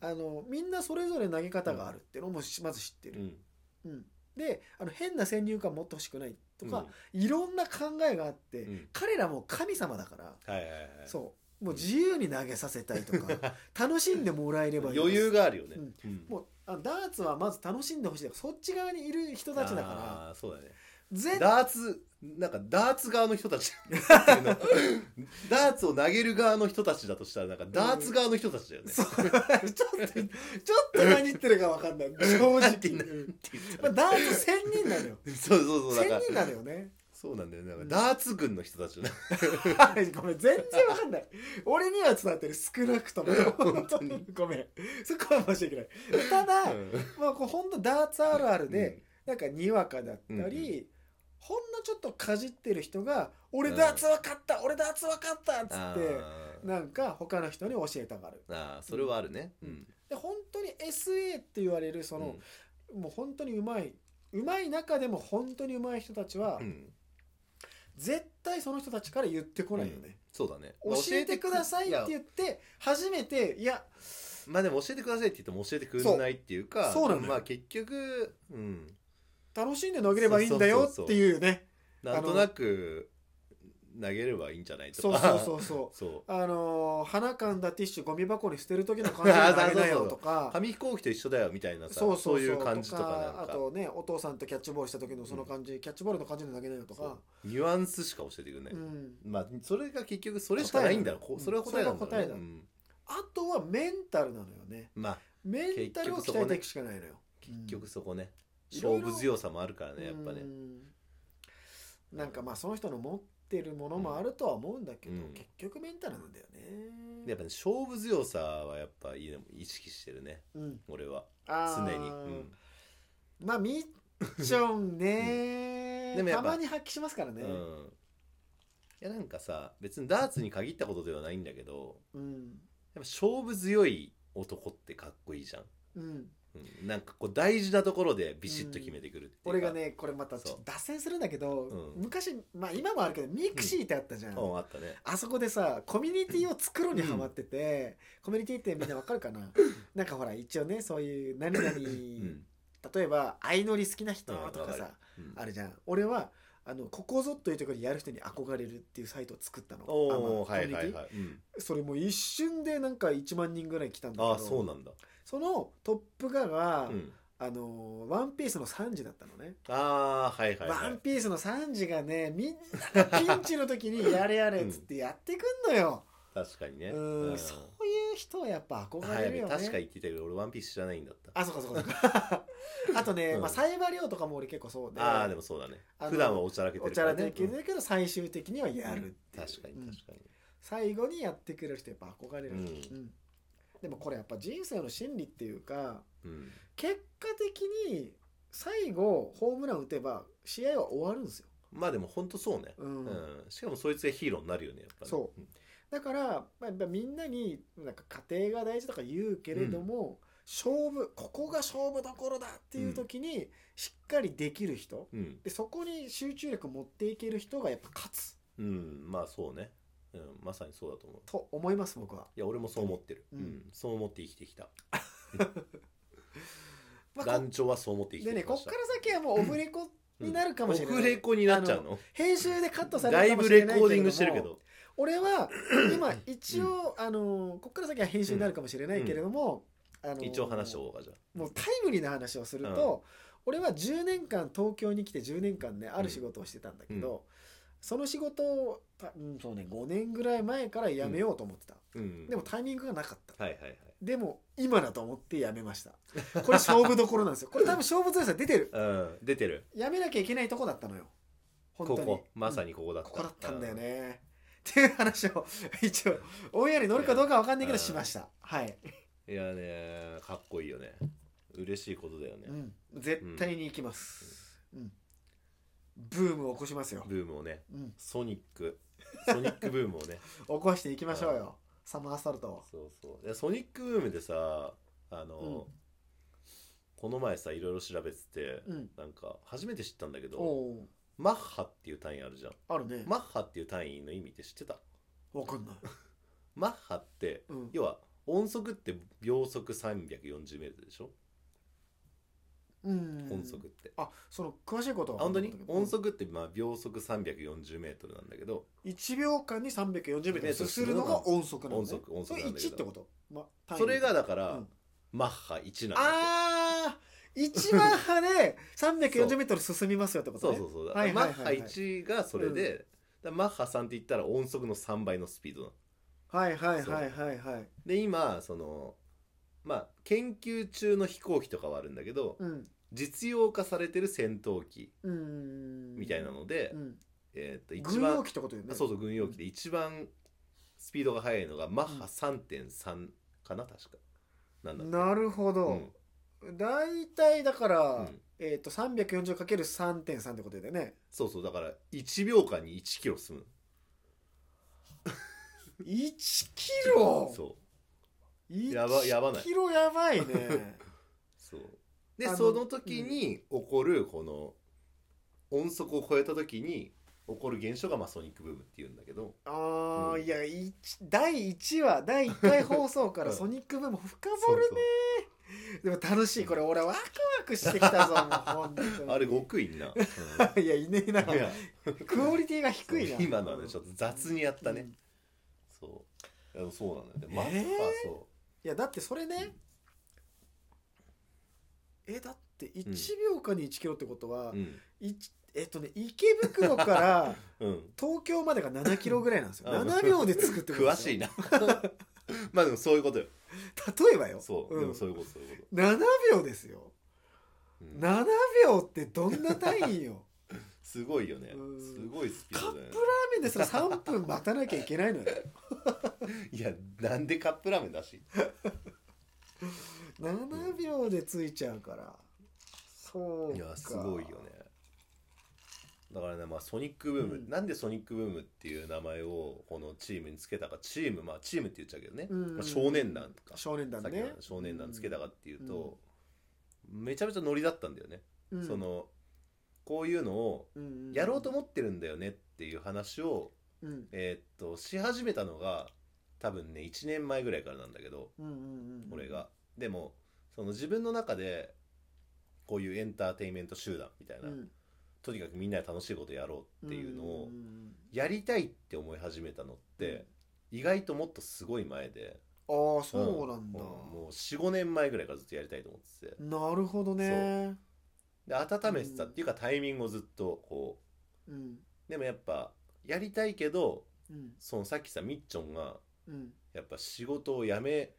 B: あのみんなそれぞれ投げ方があるっていうのもしまず知って
A: う
B: る、
A: ん
B: うんであの変な先入観持ってほしくないとか、いろんな考えがあって、
A: うんうん
B: 彼らも神様だから、
A: はいはいはい
B: そうもう自由に投げさせたいとか 楽しんでもらえればいい
A: 余裕があるよね、
B: うん
A: うん
B: もうあダーツはまず楽しんでほしいだからそっち側にいる人たちだから
A: あーそうだね
B: 絶
A: ダーツなんかダーツ側の人 たちダーツを投げる側の人たちだとしたらなんかダーツ側の人たちだよね、
B: そうちょっとちょっと何言ってるか分か んない正直、うんまあ、ダーツ1000人なのよ
A: そうそうそうだか
B: 1000
A: ら
B: 人なの よね
A: そうなんだよねなんか
B: うん
A: ダーツ軍の人たちだね
B: はいごめん全然分かんない俺には伝わってる少なくとも
A: 本当に
B: ごめんそこは申し訳ないただ、まあこう本当ダーツあるあるで、なんかにわかだったり、
A: うんうん
B: ほんのちょっとかじってる人が「俺ダーツ分かった、俺ダーツ分かった」っつ
A: うんあ
B: っ
A: ー
B: てなんか他の人に教えたがる
A: あーそれはあるねうん
B: で本当に SA って言われるその、もう本当にうまいうまい中でも本当にうまい人たちは、
A: うんうん
B: 絶対その人たちから言ってこないよね、
A: そうだね
B: 教えてくださいって
A: や
B: 言って初めていや
A: まあでも教えてくださいって言っても教えてくれないっていうか
B: そうそうなのよ
A: まあ結局うん
B: 楽しんで投げればいいんだよっていうね
A: なんとなく投げればいいんじゃないと
B: そう
A: か
B: そうそううそ う
A: そう
B: あのー花かんだティッシュゴミ箱に捨てる時の感じが投げなよと か
A: 紙飛行機と一緒だよみたいなさ
B: そ
A: そうう
B: そうそう
A: いう感じとかなんか
B: あとねお父さんとキャッチボールした時のその感じ、キャッチボールの感じの投げなよとか
A: ニュアンスしか教えてくれない、
B: うん
A: まあそれが結局それしかないんだろう
B: 答えなの
A: こそれは答えなんだろうね
B: それが答えだ
A: うん
B: あとはメンタルなのよね
A: まあ
B: メンタルを鍛えていくしかないのよ
A: 結局そこね、
B: うん
A: 勝負強さもあるからねやっぱね、
B: うんなんかまあその人の持ってるものもあるとは思うんだけど、
A: うん
B: 結局メンタルなんだよね
A: でやっぱね勝負強さはやっぱいいの意識してるね
B: うん、
A: 俺は
B: あ
A: 常
B: ー
A: に、うん、
B: まあみっちょんね、
A: でもや
B: た
A: っぱ
B: まに発揮しますからね、
A: うんいやなんかさ別にダーツに限ったことではないんだけど
B: うん
A: やっぱ勝負強い男ってかっこいいじゃん、
B: うん、
A: うん、なんかこう大事なところでビシッと決めてくるっていうか
B: 俺がねこれまたち
A: そ
B: ょっ
A: う
B: と脱線するんだけど、
A: うん
B: 昔まあ今もあるけどミクシーってあったじゃん、
A: うんあったね
B: あそこでさコミュニティを作ろうにハマってて、コミュニティってみんなわかる かななんかほら一応ねそういう何々、
A: うん
B: 例えば相乗り好きな人
A: うん
B: とか
A: わか
B: さ
A: る、うん
B: あるじゃん俺はあのここぞというところでやる人に憧れるっていうサイトを作ったの
A: おお
B: あまあ
A: は
B: コ
A: い
B: ミュ
A: は
B: ニ
A: い
B: ティ
A: はい、うん
B: それもう一瞬でなんか1万人ぐらい来たんだけ
A: あ
B: ど
A: あそうなんだ、
B: そのトップガが、
A: うん、
B: あのワンピースのサンジだったのね
A: ああーはいはい
B: ワ
A: は
B: ン
A: い
B: ピースのサンジがねみんながピンチの時にやれやれっつってやってくんのよ、
A: 確かにね
B: うん
A: うん
B: そういう人はやっぱ憧
A: は
B: れ
A: い、
B: るよね、
A: 確か言ってたけど俺ワンピース知らないんだった
B: あそうかそうかそう かあとね、
A: うん
B: まあ、サイバリオとかも俺結構そうで
A: ああでもそうだね
B: あの
A: 普段はおちゃらけて
B: お
A: る
B: ちゃらでいけ
A: うん
B: るけど最終的にはやるっていう、
A: 確かに
B: うん
A: 確かに、
B: 最後にやってくれる人やっぱ憧れる、
A: うん
B: うんでもこれやっぱ人生の真理っていうか
A: うん
B: 結果的に最後ホームラン打てば試合は終わるんですよ、
A: まあでも本当そうね、
B: うん
A: うんしかもそいつがヒーローになるよねやっぱり、
B: そうだから、まあ、やっぱみんなになんか家庭が大事とか言うけれども、勝負ここが勝負どころだっていう時にしっかりできる人、
A: うん
B: でそこに集中力持っていける人がやっぱ勝つ
A: うん、まあそうね、うん、まさにそうだと思う
B: と思います僕は。
A: いや俺もそう思ってる、
B: う
A: うんんそう思って生きてきた
B: まあ、こ
A: 団長はそう思って生き
B: で
A: て
B: ね
A: きま
B: こ
A: し
B: ったから先はもうオフレコになるかもしれない、
A: オフレコになっちゃうの
B: 編集でカットさ
A: だ
B: れる
A: い
B: かも
A: ぶ
B: しれ
A: レ
B: ない
A: コー
B: けれども
A: ディングしてるけど
B: 俺は 今一応、あのこっから先は編集になるかもしれないけれども、あの
A: 一応話した方がじゃあ
B: もうタイムリーな話をすると、俺は10年間東京に来て10年間ねある仕事をしてたんだけど、その仕事をたうんそうね5年ぐらい前から辞めようと思ってた、
A: うん
B: でもタイミングがなかった
A: はいはいはい
B: でも今だと思って辞めましたこれ勝負どころなんですよこ れ多分勝負強さ出てる
A: うん出てる
B: 辞めなきゃいけないとこだったのよ本当
A: こ
B: に
A: こまさ
B: に、
A: にここだ
B: う
A: った、
B: んここだったんだよねっていう話を一応オンエアに乗るかどうかわかんないけどしましたはい、
A: うんいやねかっこいいよね嬉しいことだよね、
B: うん、絶対に行きます、うん、ブームを起こしますよ、
A: ブームをね
B: うん、
A: ソニックソニックブームを ね
B: 起こしていきましょうよサマーサルトを
A: そうそうでソニックブームでさあの、
B: うん
A: この前さいろいろ調べてて、
B: うん
A: なんか初めて知ったんだけ
B: お
A: ど
B: う
A: マッハっていう単位あるじゃん
B: あるね
A: マッハっていう単位の意味って知ってた
B: わかんない
A: マッハって
B: うん
A: 要は音速って秒速 340m でしょ、
B: うん
A: 音速って
B: あその詳しいこと
A: あ
B: は
A: 本当に音
B: 速
A: 速ってまあ秒速 340m なんだけど
B: 1秒間に340メートルすするのが音速なん
A: 音
B: だね
A: 速音
B: そ
A: 速
B: れ
A: なんだけ
B: 1って
A: ど
B: ことま単位
A: それがだか
B: う
A: ら
B: ん
A: マッハ1なんだって
B: あー一番派 で340メートル進みますよってこと
A: そう
B: ね
A: そうそう、
B: はい
A: マ
B: はい
A: ッ
B: はい
A: ハ
B: はい
A: 1がそれで、だからマッハ3って言ったら音速の3倍のスピードなの
B: はいはいはいはいはい
A: で今そのまあ研究中の飛行機とかはあるんだけど、
B: うん
A: 実用化されてる戦闘機
B: うん
A: みたいなので、
B: うん
A: えーっと一
B: 軍用
A: 番
B: 機ってことよね
A: あそうそう軍用機で一番スピードが速いのがマッハ3.3かな確かなんだって
B: なるほ
A: う
B: ど、
A: ん
B: 大体だから、
A: うん
B: えっ、と 340×3.3 ってことだよね
A: そうそうだから1秒間に1キロ進む
B: 1キロ
A: そう
B: 1
A: やばやばない
B: キロやばい ね
A: そうで
B: あの
A: その時に起こるこの音速を超えた時に起こる現象がまあソニックブームっていうんだけど
B: ああ、
A: うん
B: いや一第1話第1回放送から
A: うん
B: ソニックブーム深掘るねでも楽しいこれ俺ワクワクしてきたぞもう本当
A: そう
B: に
A: そう あれ極意にな、
B: いやいねえな
A: うんいや
B: クオリティが低いな
A: 今のはねちょっと雑にやったね、
B: うん
A: そういやそうなんだよねマッハ、
B: えー
A: そ
B: いやだってそれねえだって1秒間に1キロってことは、
A: ううん
B: 一えっとね池袋から
A: うん
B: 東京までが7キロぐらいなんですよ
A: あ
B: 7秒で着くってこと
A: 詳しい
B: な
A: なまあでもそういうことよ
B: 例えばよ
A: そう、
B: ん
A: でもそういうことそういうこ
B: 7秒ですよ
A: と、うん
B: 7秒ってどんな単 位よ
A: すごいよね
B: うん
A: すごいスピ
B: カ
A: ード
B: ップ
A: だよね
B: ラーメンですら3分待たなきゃいけないのよ
A: いやなんでカップラーメンだし
B: 7秒で着いちゃうからそうか
A: いやすごいよねだからねまあソニックブーム、
B: うん
A: なんでソニックブームっていう名前をこのチームにつけたかチームまあチームって言っちゃうけどね、
B: うん
A: まあ、少年団とか、
B: 少年団
A: さっき
B: ね
A: の少年団つけたかっていうと、めちゃめちゃノリだったんだよね、
B: うん
A: そのこういうのを
B: うん
A: やろうと思ってるんだよねっていう話を、
B: うん
A: えーっとし始めたのが多分ね1年前ぐらいからなんだけど、
B: うんうんうん
A: 俺がでもその自分の中でこういうエンターテインメント集団みたいな、
B: うん
A: とにかくみんなで楽しいことやろうっていうのを
B: んん
A: やりたいって思い始めたのって意外ともっとすごい前で、
B: うんああそうなんだ、
A: うんもう45年前ぐらいからずっとやりたいと思ってて
B: なるほどね
A: で温めてたっていうかタイミングをずっとこ
B: うん
A: うでもやっぱやりたいけど
B: うん
A: そのさっきさみっちょんが
B: うん
A: やっぱ仕事を辞め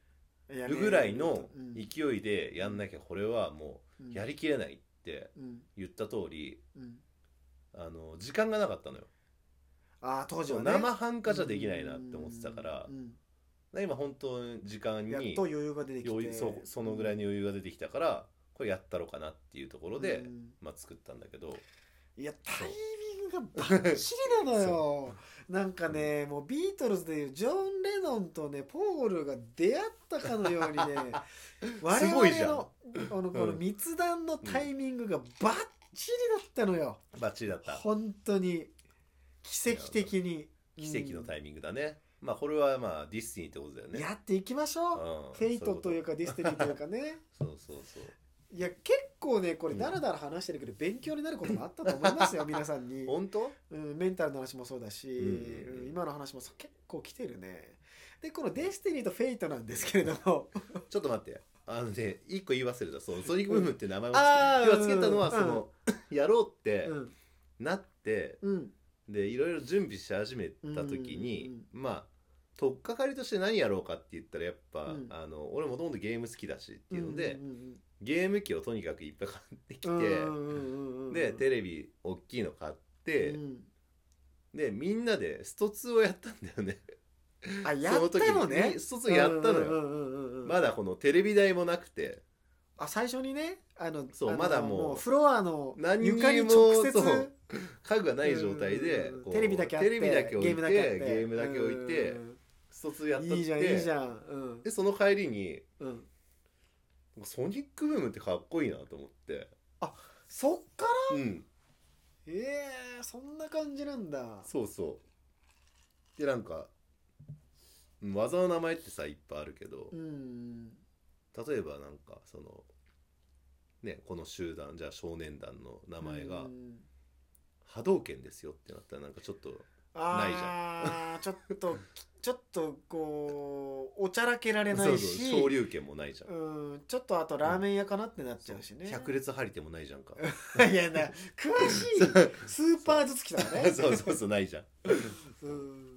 B: や
A: るぐらいの
B: うん
A: 勢いでやんなきゃこれはも
B: うん
A: うやりきれないって
B: うん
A: 言った通り
B: うん
A: あの時間がなかったのよ、
B: ああ当時はね
A: 生半可じゃできないなって思ってたから
B: う、ん
A: 今本当に時間
B: うんやっ
A: に
B: と余裕が出てき
A: 余
B: て
A: 裕そうそのぐらいの余裕が出てきたからこれやったろうかなっていうところで、
B: うん
A: まあ、作ったんだけど
B: いやタイミングがバッチリなのよなんかねもうビートルズでいうジョン・レノンとねポールが出会ったかのようにね 我
A: す
B: 々
A: ごいじゃん
B: のこのこの密談のタイミングがバッチリだったのよ
A: バッチリだった
B: 本当に奇跡的に
A: 奇跡のタ
B: イ
A: イミングだね、まあこれはまあディスティニーってことだよね
B: やっていきましょう
A: うん
B: フェイトという
A: か
B: かディスティニーというかね
A: そうそうそう
B: いや結構ねこれだらだら話してるけど勉強になることもあったと思い ますよ皆さんに、
A: 本当
B: うん、メンタルの話もそうだし、
A: うんうんうん
B: うん今の話もさ結構来てるねでこのディスティニーとフェイトなんですけれども
A: ちょっと待ってあのね一個言い忘れたそうソニックブームって名前をつけ
B: あー
A: 要はつけたのはその、やろうって
B: うん
A: なって、
B: うん
A: でいろいろ準備し始めた時
B: うん
A: に、まあ取っかかりとして何やろうかって言ったらやっぱ、
B: うん
A: あの俺もともとゲーム好きだしっていうので、
B: うんうん
A: ゲーム機をとにかくいっぱい買ってきて、
B: うんうんうんうん
A: でテレビ大きいの買って、
B: うん
A: でみんなでスト2をやったんだよね
B: あやったの
A: その時
B: ね
A: にスト2やったのよ、
B: よ
A: まだこのテレビ台もなくて
B: あ最初にねあの
A: そう
B: あの
A: まだもう
B: フロアの
A: 何にも
B: 床に直接
A: そう家具がない状態で
B: うん
A: こう
B: テレビだけあって
A: テレビだけ置いてゲ
B: ゲームだけあって
A: ームだけ置いて
B: うん
A: スト2やったって
B: いいじゃんいいじゃんうん
A: でその帰りに
B: うん
A: ソニックブームってかっこいいなと思って
B: そっから
A: うん
B: ええそんな感じなんだ
A: そうそうでなんかうん技の名前ってさいっぱいあるけど
B: うん
A: 例えばなんかそのねこの集団じゃあ少年団の名前が
B: うん
A: 波動拳ですよってなったらなんかちょっとないじ
B: ああちょっとちょっとこうおちゃらけられな
A: そう
B: い
A: そう
B: し
A: 昇竜拳もないじゃん
B: うんちょっとあとラーメン屋かなってなっちゃうしね
A: 百列張り手もないじゃんか
B: いやな詳しいスーパーずつ来たの ね
A: そうそうそうないじゃん
B: うん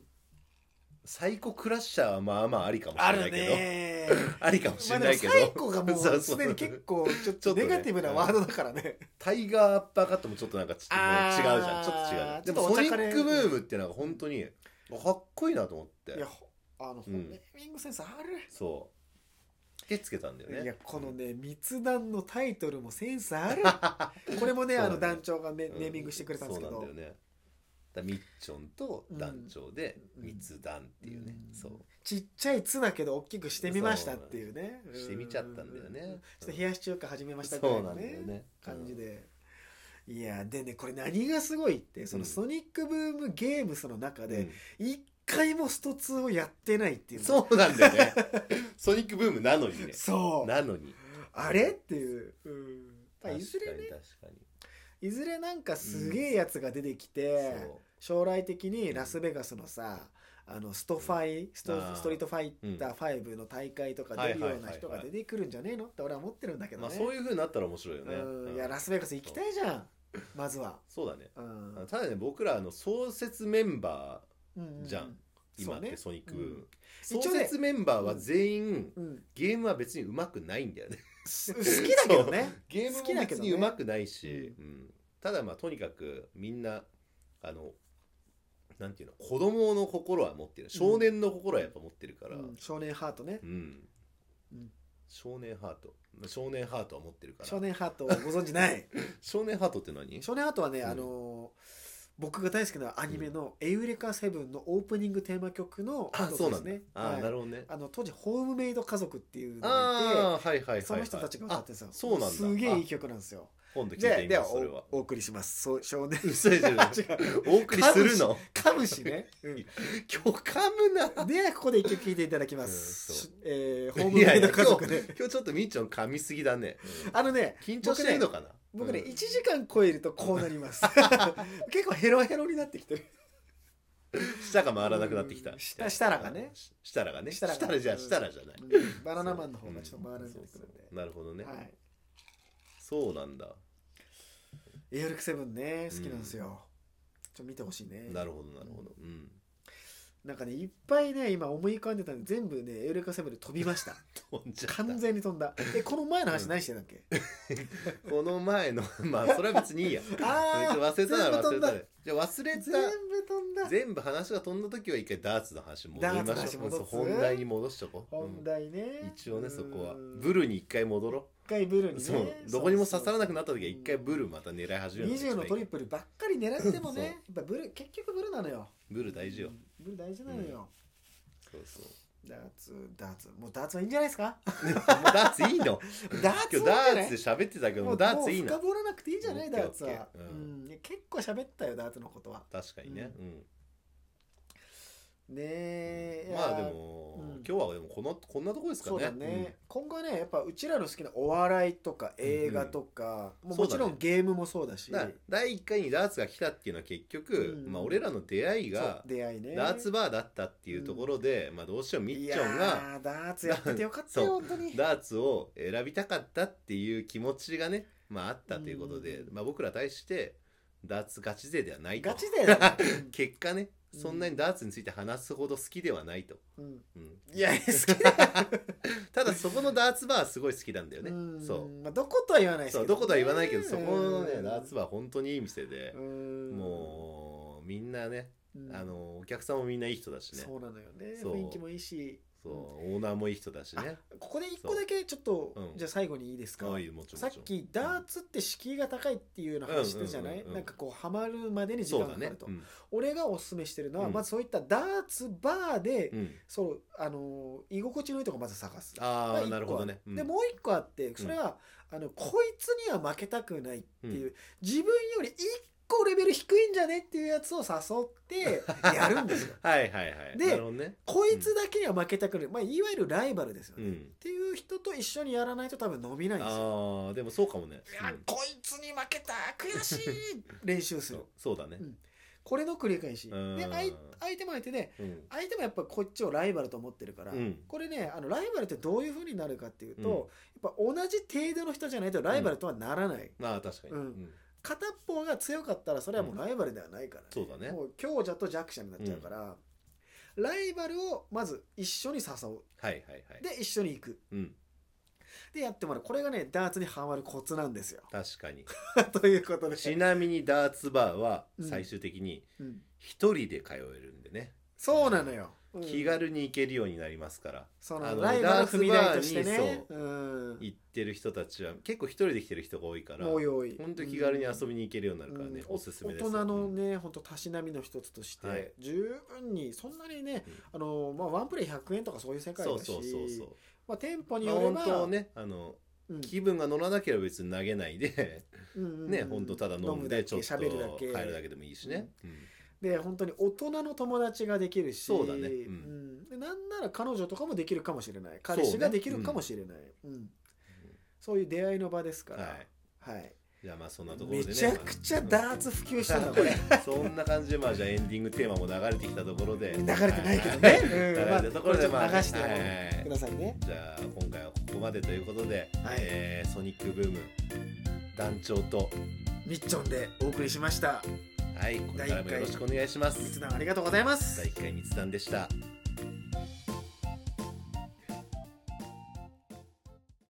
A: サイコクラッシャーはまあまあありかもし
B: あ
A: れな
B: る
A: いけど
B: ね
A: ありかもし
B: まあ
A: れ
B: で
A: な
B: も
A: いけど、
B: 最後が も
A: そうそう
B: うすでに結構ちょっ
A: ちょ
B: と
A: っとね
B: ネガティブなワードだからね
A: タイガーアッパーカットもちょっとなんかちょっともう
B: あー
A: 違うじゃんちょっと違うじゃんで
B: ちょ
A: も
B: っとお
A: ソニ
B: 茶から
A: ックブームっていうのが本当にかっこいいなと思っ
B: いや
A: て
B: ほあの、
A: うん
B: ネーミングセンスある
A: そう手つけたんだよね
B: いやこのね密談のタイトルもセンスあ るこれもね
A: そう
B: あ
A: なんだよ
B: の団長がね
A: うん
B: ネーミングしてくれたんですけ
A: そ
B: ど
A: うなんだよねだからみっちょんと団長で
B: うん
A: 密談っていうね、
B: うん
A: そう
B: ちっちゃい「つ」だけど大きくしてみましたっていうね
A: そうしてみちゃったんだよね
B: う
A: うん
B: ちょっと冷やし中華始めましたぐら
A: そ
B: いうの
A: なんだよ
B: ね
A: ね
B: 感じでいやでねこれ何がすごいってそのソニックブームゲームスの中
A: うん
B: で一回もスト2をやってないっていうね
A: そうなんだよね ソニックブームなのにね
B: そう
A: なのに
B: あれっていう、うんまあ、いず
A: 確
B: れ
A: かに
B: ね
A: 確かに
B: いずれなんかすげえやつが出てきて、
A: そう
B: 将来的にラスベガスのさあのストファイスト
A: あー
B: ストリートファイター5の大会とか出るような人が出てくるんじゃねえのって俺は思ってるんだけど
A: ま
B: ね、
A: あそういうふうになったら面白いよね、
B: う
A: うんん
B: いやラスベガス行きたいじゃんまずは、
A: そうだね
B: うん
A: ただね僕らあの創設メンバ
B: うんうん
A: じゃんー今っ
B: そうね
A: てソニックブーム、
B: うん
A: 創設メンバーは全員、
B: うん、
A: ゲームは別に上手くないんだよね
B: す好きだけど ね
A: ゲーム
B: 好き
A: も
B: だけ
A: 別
B: ど
A: に
B: ね
A: 上手くないし、うんただまあとにかくみんなあのなんていうの子供の心は持ってる少年の心はやっぱ持ってるから、う
B: うん
A: ん
B: 少年ハートねうん
A: 少年ハート少年ハートは持ってるから
B: 少年ハートをご存 じない
A: 少年ハートって何
B: 少年ハートはね、
A: うん
B: あのー僕が大好きなアニメの「エウレカセブン」のオープニングテーマ曲の
A: あそうなんだ、あー、
B: はい
A: なるほどね
B: あの当時ホームメイド家族っていうのが
A: ああーはいはいはい、はい
B: いて、その人たちが歌って
A: あ
B: るんですよ。
A: そうなんだ
B: すげえいい曲なんですよ。
A: 今度聞い
B: じゃあ
A: てみ
B: で
A: ま
B: は
A: すそれは
B: おお送りします。そう少年
A: 嘘でしょ
B: 違う
A: お送りするの
B: カムシね。うん
A: 今日噛むな
B: ではここで一曲聴いていただきま
A: うん
B: す
A: そう。
B: えーホームメイド家族
A: いやいや
B: で
A: 今日。今日ちょっとみっちゃん噛みすぎだね、
B: あのね
A: 緊張してるのかな
B: 僕ね
A: うん
B: 1時間超えるとこうな ります。結構ヘロヘロになってきてる。
A: 舌が回らなくなってきた
B: うん舌舌らがね
A: し舌らがね
B: 舌
A: 舌
B: ら
A: ら
B: が
A: じゃ
B: うん
A: 舌らじゃない
B: うんバナナマンの方がちょっと回らなくなってくるんで
A: う。なるほどね、
B: はい。
A: そうなんだ
B: エウレカセブンね好きなんですよ。ちょっと見てほしいね。
A: なるほどなるほどうん
B: なんかねいっぱいね今思い浮かんでたんで全部ねエウレカセブンで飛びました
A: 飛んじゃった
B: 完全に飛んだえこの前の話何してたっけ、
A: この前の まあそれは別にいいや
B: あー
A: 忘れたなら忘
B: 全部飛
A: れ
B: んだ
A: たでじゃあ忘れ
B: 全部飛ん
A: た
B: だ
A: 全部話が飛んだ時は一回ダーツの話戻り
B: ダーツの
A: まし
B: 話
A: ょう
B: 戻す
A: そう本題に戻しとこううん
B: 本題ね、
A: 一応ねそこは
B: うん
A: ブルに一回戻ろ
B: 一回ブル
A: う、
B: にね
A: そうどこにも刺さらなくなった時は
B: う
A: 一
B: ん
A: 回ブルまた狙い始める
B: 20のトリプルばっかり狙ってもね
A: そう
B: やっぱブル結局ブルなのよ
A: ブル大事よ、
B: うんブル大事なのよ、
A: そうそう
B: ダーツダーツもうダーツはいいんじゃないですか
A: もうダーツいいの
B: ダーツ
A: 今日ダ
B: はいいんじゃな
A: ー
B: い
A: ツで喋ってたけど
B: も
A: も
B: う
A: うダーツいい
B: も
A: な
B: う深掘らなくていいじゃな
A: オ
B: い
A: ッ
B: ダ
A: ケー
B: ーツは、
A: オッケーう
B: う
A: ん
B: いや結構喋ったよダーツのことは
A: 確かにね、うん
B: ねえいや
A: まあでも、
B: うん
A: 今日はでもこのこんなとこですかね
B: そうだね、今後はねやっぱうちらの好きなお笑いとか映画とか、
A: ん
B: もう
A: そ
B: も
A: うだ
B: ち
A: ね
B: ろんゲームもそうだし
A: うんだから第1回にダーツが来たっていうのは結局、
B: うん
A: まあ、俺らの出会い
B: そう
A: が
B: 出会いね
A: ダーツバーだったっていうところで、まあ、どうしてもみっちゃん
B: いや
A: が
B: ーダーツやっててよかったよ
A: そ
B: 本当に
A: ダーツを選びたかったっていう気持ちがね、まあ、あったということで、
B: うん
A: まあ、僕ら対してダーツガチ勢ではないと
B: ガチだよ、
A: 結果ねそんなにダーツについて話すほど好きではないと、
B: うん
A: うん、
B: いや 好きだよ
A: ただそこのダーツバーはすごい好きなんだよね
B: ん
A: そう
B: まあ、どことは言わないです
A: そう
B: け
A: ど
B: どね、
A: ことは言わないけどそこのね
B: うん
A: ダーツバー本当にいい店で
B: うん
A: もうみんなね
B: うん
A: あのお客さんもみんないい人だしね
B: そうなのよね
A: そう
B: 雰囲気もいいし
A: そうオーナーもいい人だしね
B: ここで一個だけちょっと、
A: そううん
B: じゃあ最後にいいですか、
A: ああいいもちろん
B: さっきダーツって敷居が高いっていうような話してたじゃな
A: う
B: い、
A: んうんうんうん
B: なんかこうハマるまでに時
A: そ
B: 間
A: うだ
B: がかか
A: ね
B: ると、
A: うん
B: 俺がおすすめしてるのは、
A: うん
B: まずそういったダーツバーで、
A: うん
B: そうあのー居心地のいいとこまず探すが
A: あ
B: 一個
A: あなるほどねうん
B: でもう一個あってそれは、あのこいつには負けたくないっていう、自分より一個レベル低いんじゃねっていうやつを誘 ってやるんですよ
A: はいはいはい
B: で
A: なるほどね
B: こいつだけには負けたくない、まあ、いわゆるライバルですよね、
A: う
B: っ
A: ん
B: ていう人と一緒にやらないと多分伸びないんですよ
A: ああでもそうかもね
B: いや、こいつに負けた悔しい練習
A: う
B: す
A: ん
B: る
A: そうだね
B: これの繰り返しで
A: うん
B: 相相手も相手で
A: うん
B: 相手もやっぱこっちをライバルと思ってるから、
A: うん
B: これねあのライバルってどういうふうになるかっていう
A: う
B: と、
A: ん
B: やっぱ同じ程度の人じゃないとライバルとはならない、
A: まあ確かに
B: うん
A: うん
B: 片っぽが強かったらそれはもうライバルではないから、
A: そうだね
B: もう強者と弱者になっちゃうから、ライバルをまず一緒に誘う
A: はいはいはい
B: で一緒に行く
A: うん
B: でやってもらうこれがねダーツにハマるコツなんですよ
A: 確かに
B: ということで、
A: ちなみにダーツバーは
B: うん
A: 最終的に
B: うん
A: 一人で通えるんでね
B: そうなのよ、うん
A: 気軽に行けるようになりますから
B: そ
A: あ
B: の
A: の
B: ライバルを踏み台として
A: ダー
B: ね
A: ツ
B: うん
A: 行ってる人たちは結構一人で来てる人が多いから
B: おいおい
A: 本当気軽に遊
B: に
A: びに行けるようになるからね
B: うん
A: おすすめです
B: 大
A: よ
B: 人のね本当たしなみの一つとして、
A: はい
B: 十分にそんなにね、
A: うん
B: あのまあワンプレイ100円とかそういう世界
A: そう
B: だし
A: そうそうそ
B: まあ店舗
A: う
B: に
A: まあ
B: よ
A: 本
B: れば、
A: 当ねあの
B: うん
A: 気分が乗らなければ別に投げないで
B: うんうんうん
A: ね本当ただ飲ん
B: だ
A: で
B: け
A: ちょっと帰
B: 喋るだけ
A: るだけでもいいしねうん
B: で本当に大人の友達ができるし
A: そうだねうん
B: んでなんなら彼女とかもできるかもしれない
A: そう
B: 彼
A: ね
B: 氏ができるかもしれないそう,、んそういう出会いの場ですから、
A: はい
B: はい
A: じゃあまあそんなところ
B: め
A: でね
B: ちゃくちゃダーツ普及した なこれ
A: そんな感じでまあじゃあエンディングテーマも流れてきたところで
B: 流れてないけど
A: は
B: ね
A: い、
B: うんま
A: 流
B: あ
A: れたところでまあ
B: これちょっと流
A: はい
B: してくださいね
A: じゃあ今回はここまでということで、
B: はい
A: えーソニックブーム団長と
B: みっちょんでお送りしました
A: はいこれからもよろしくお願いします
B: 密談ありがとうございます
A: 第1回密談でした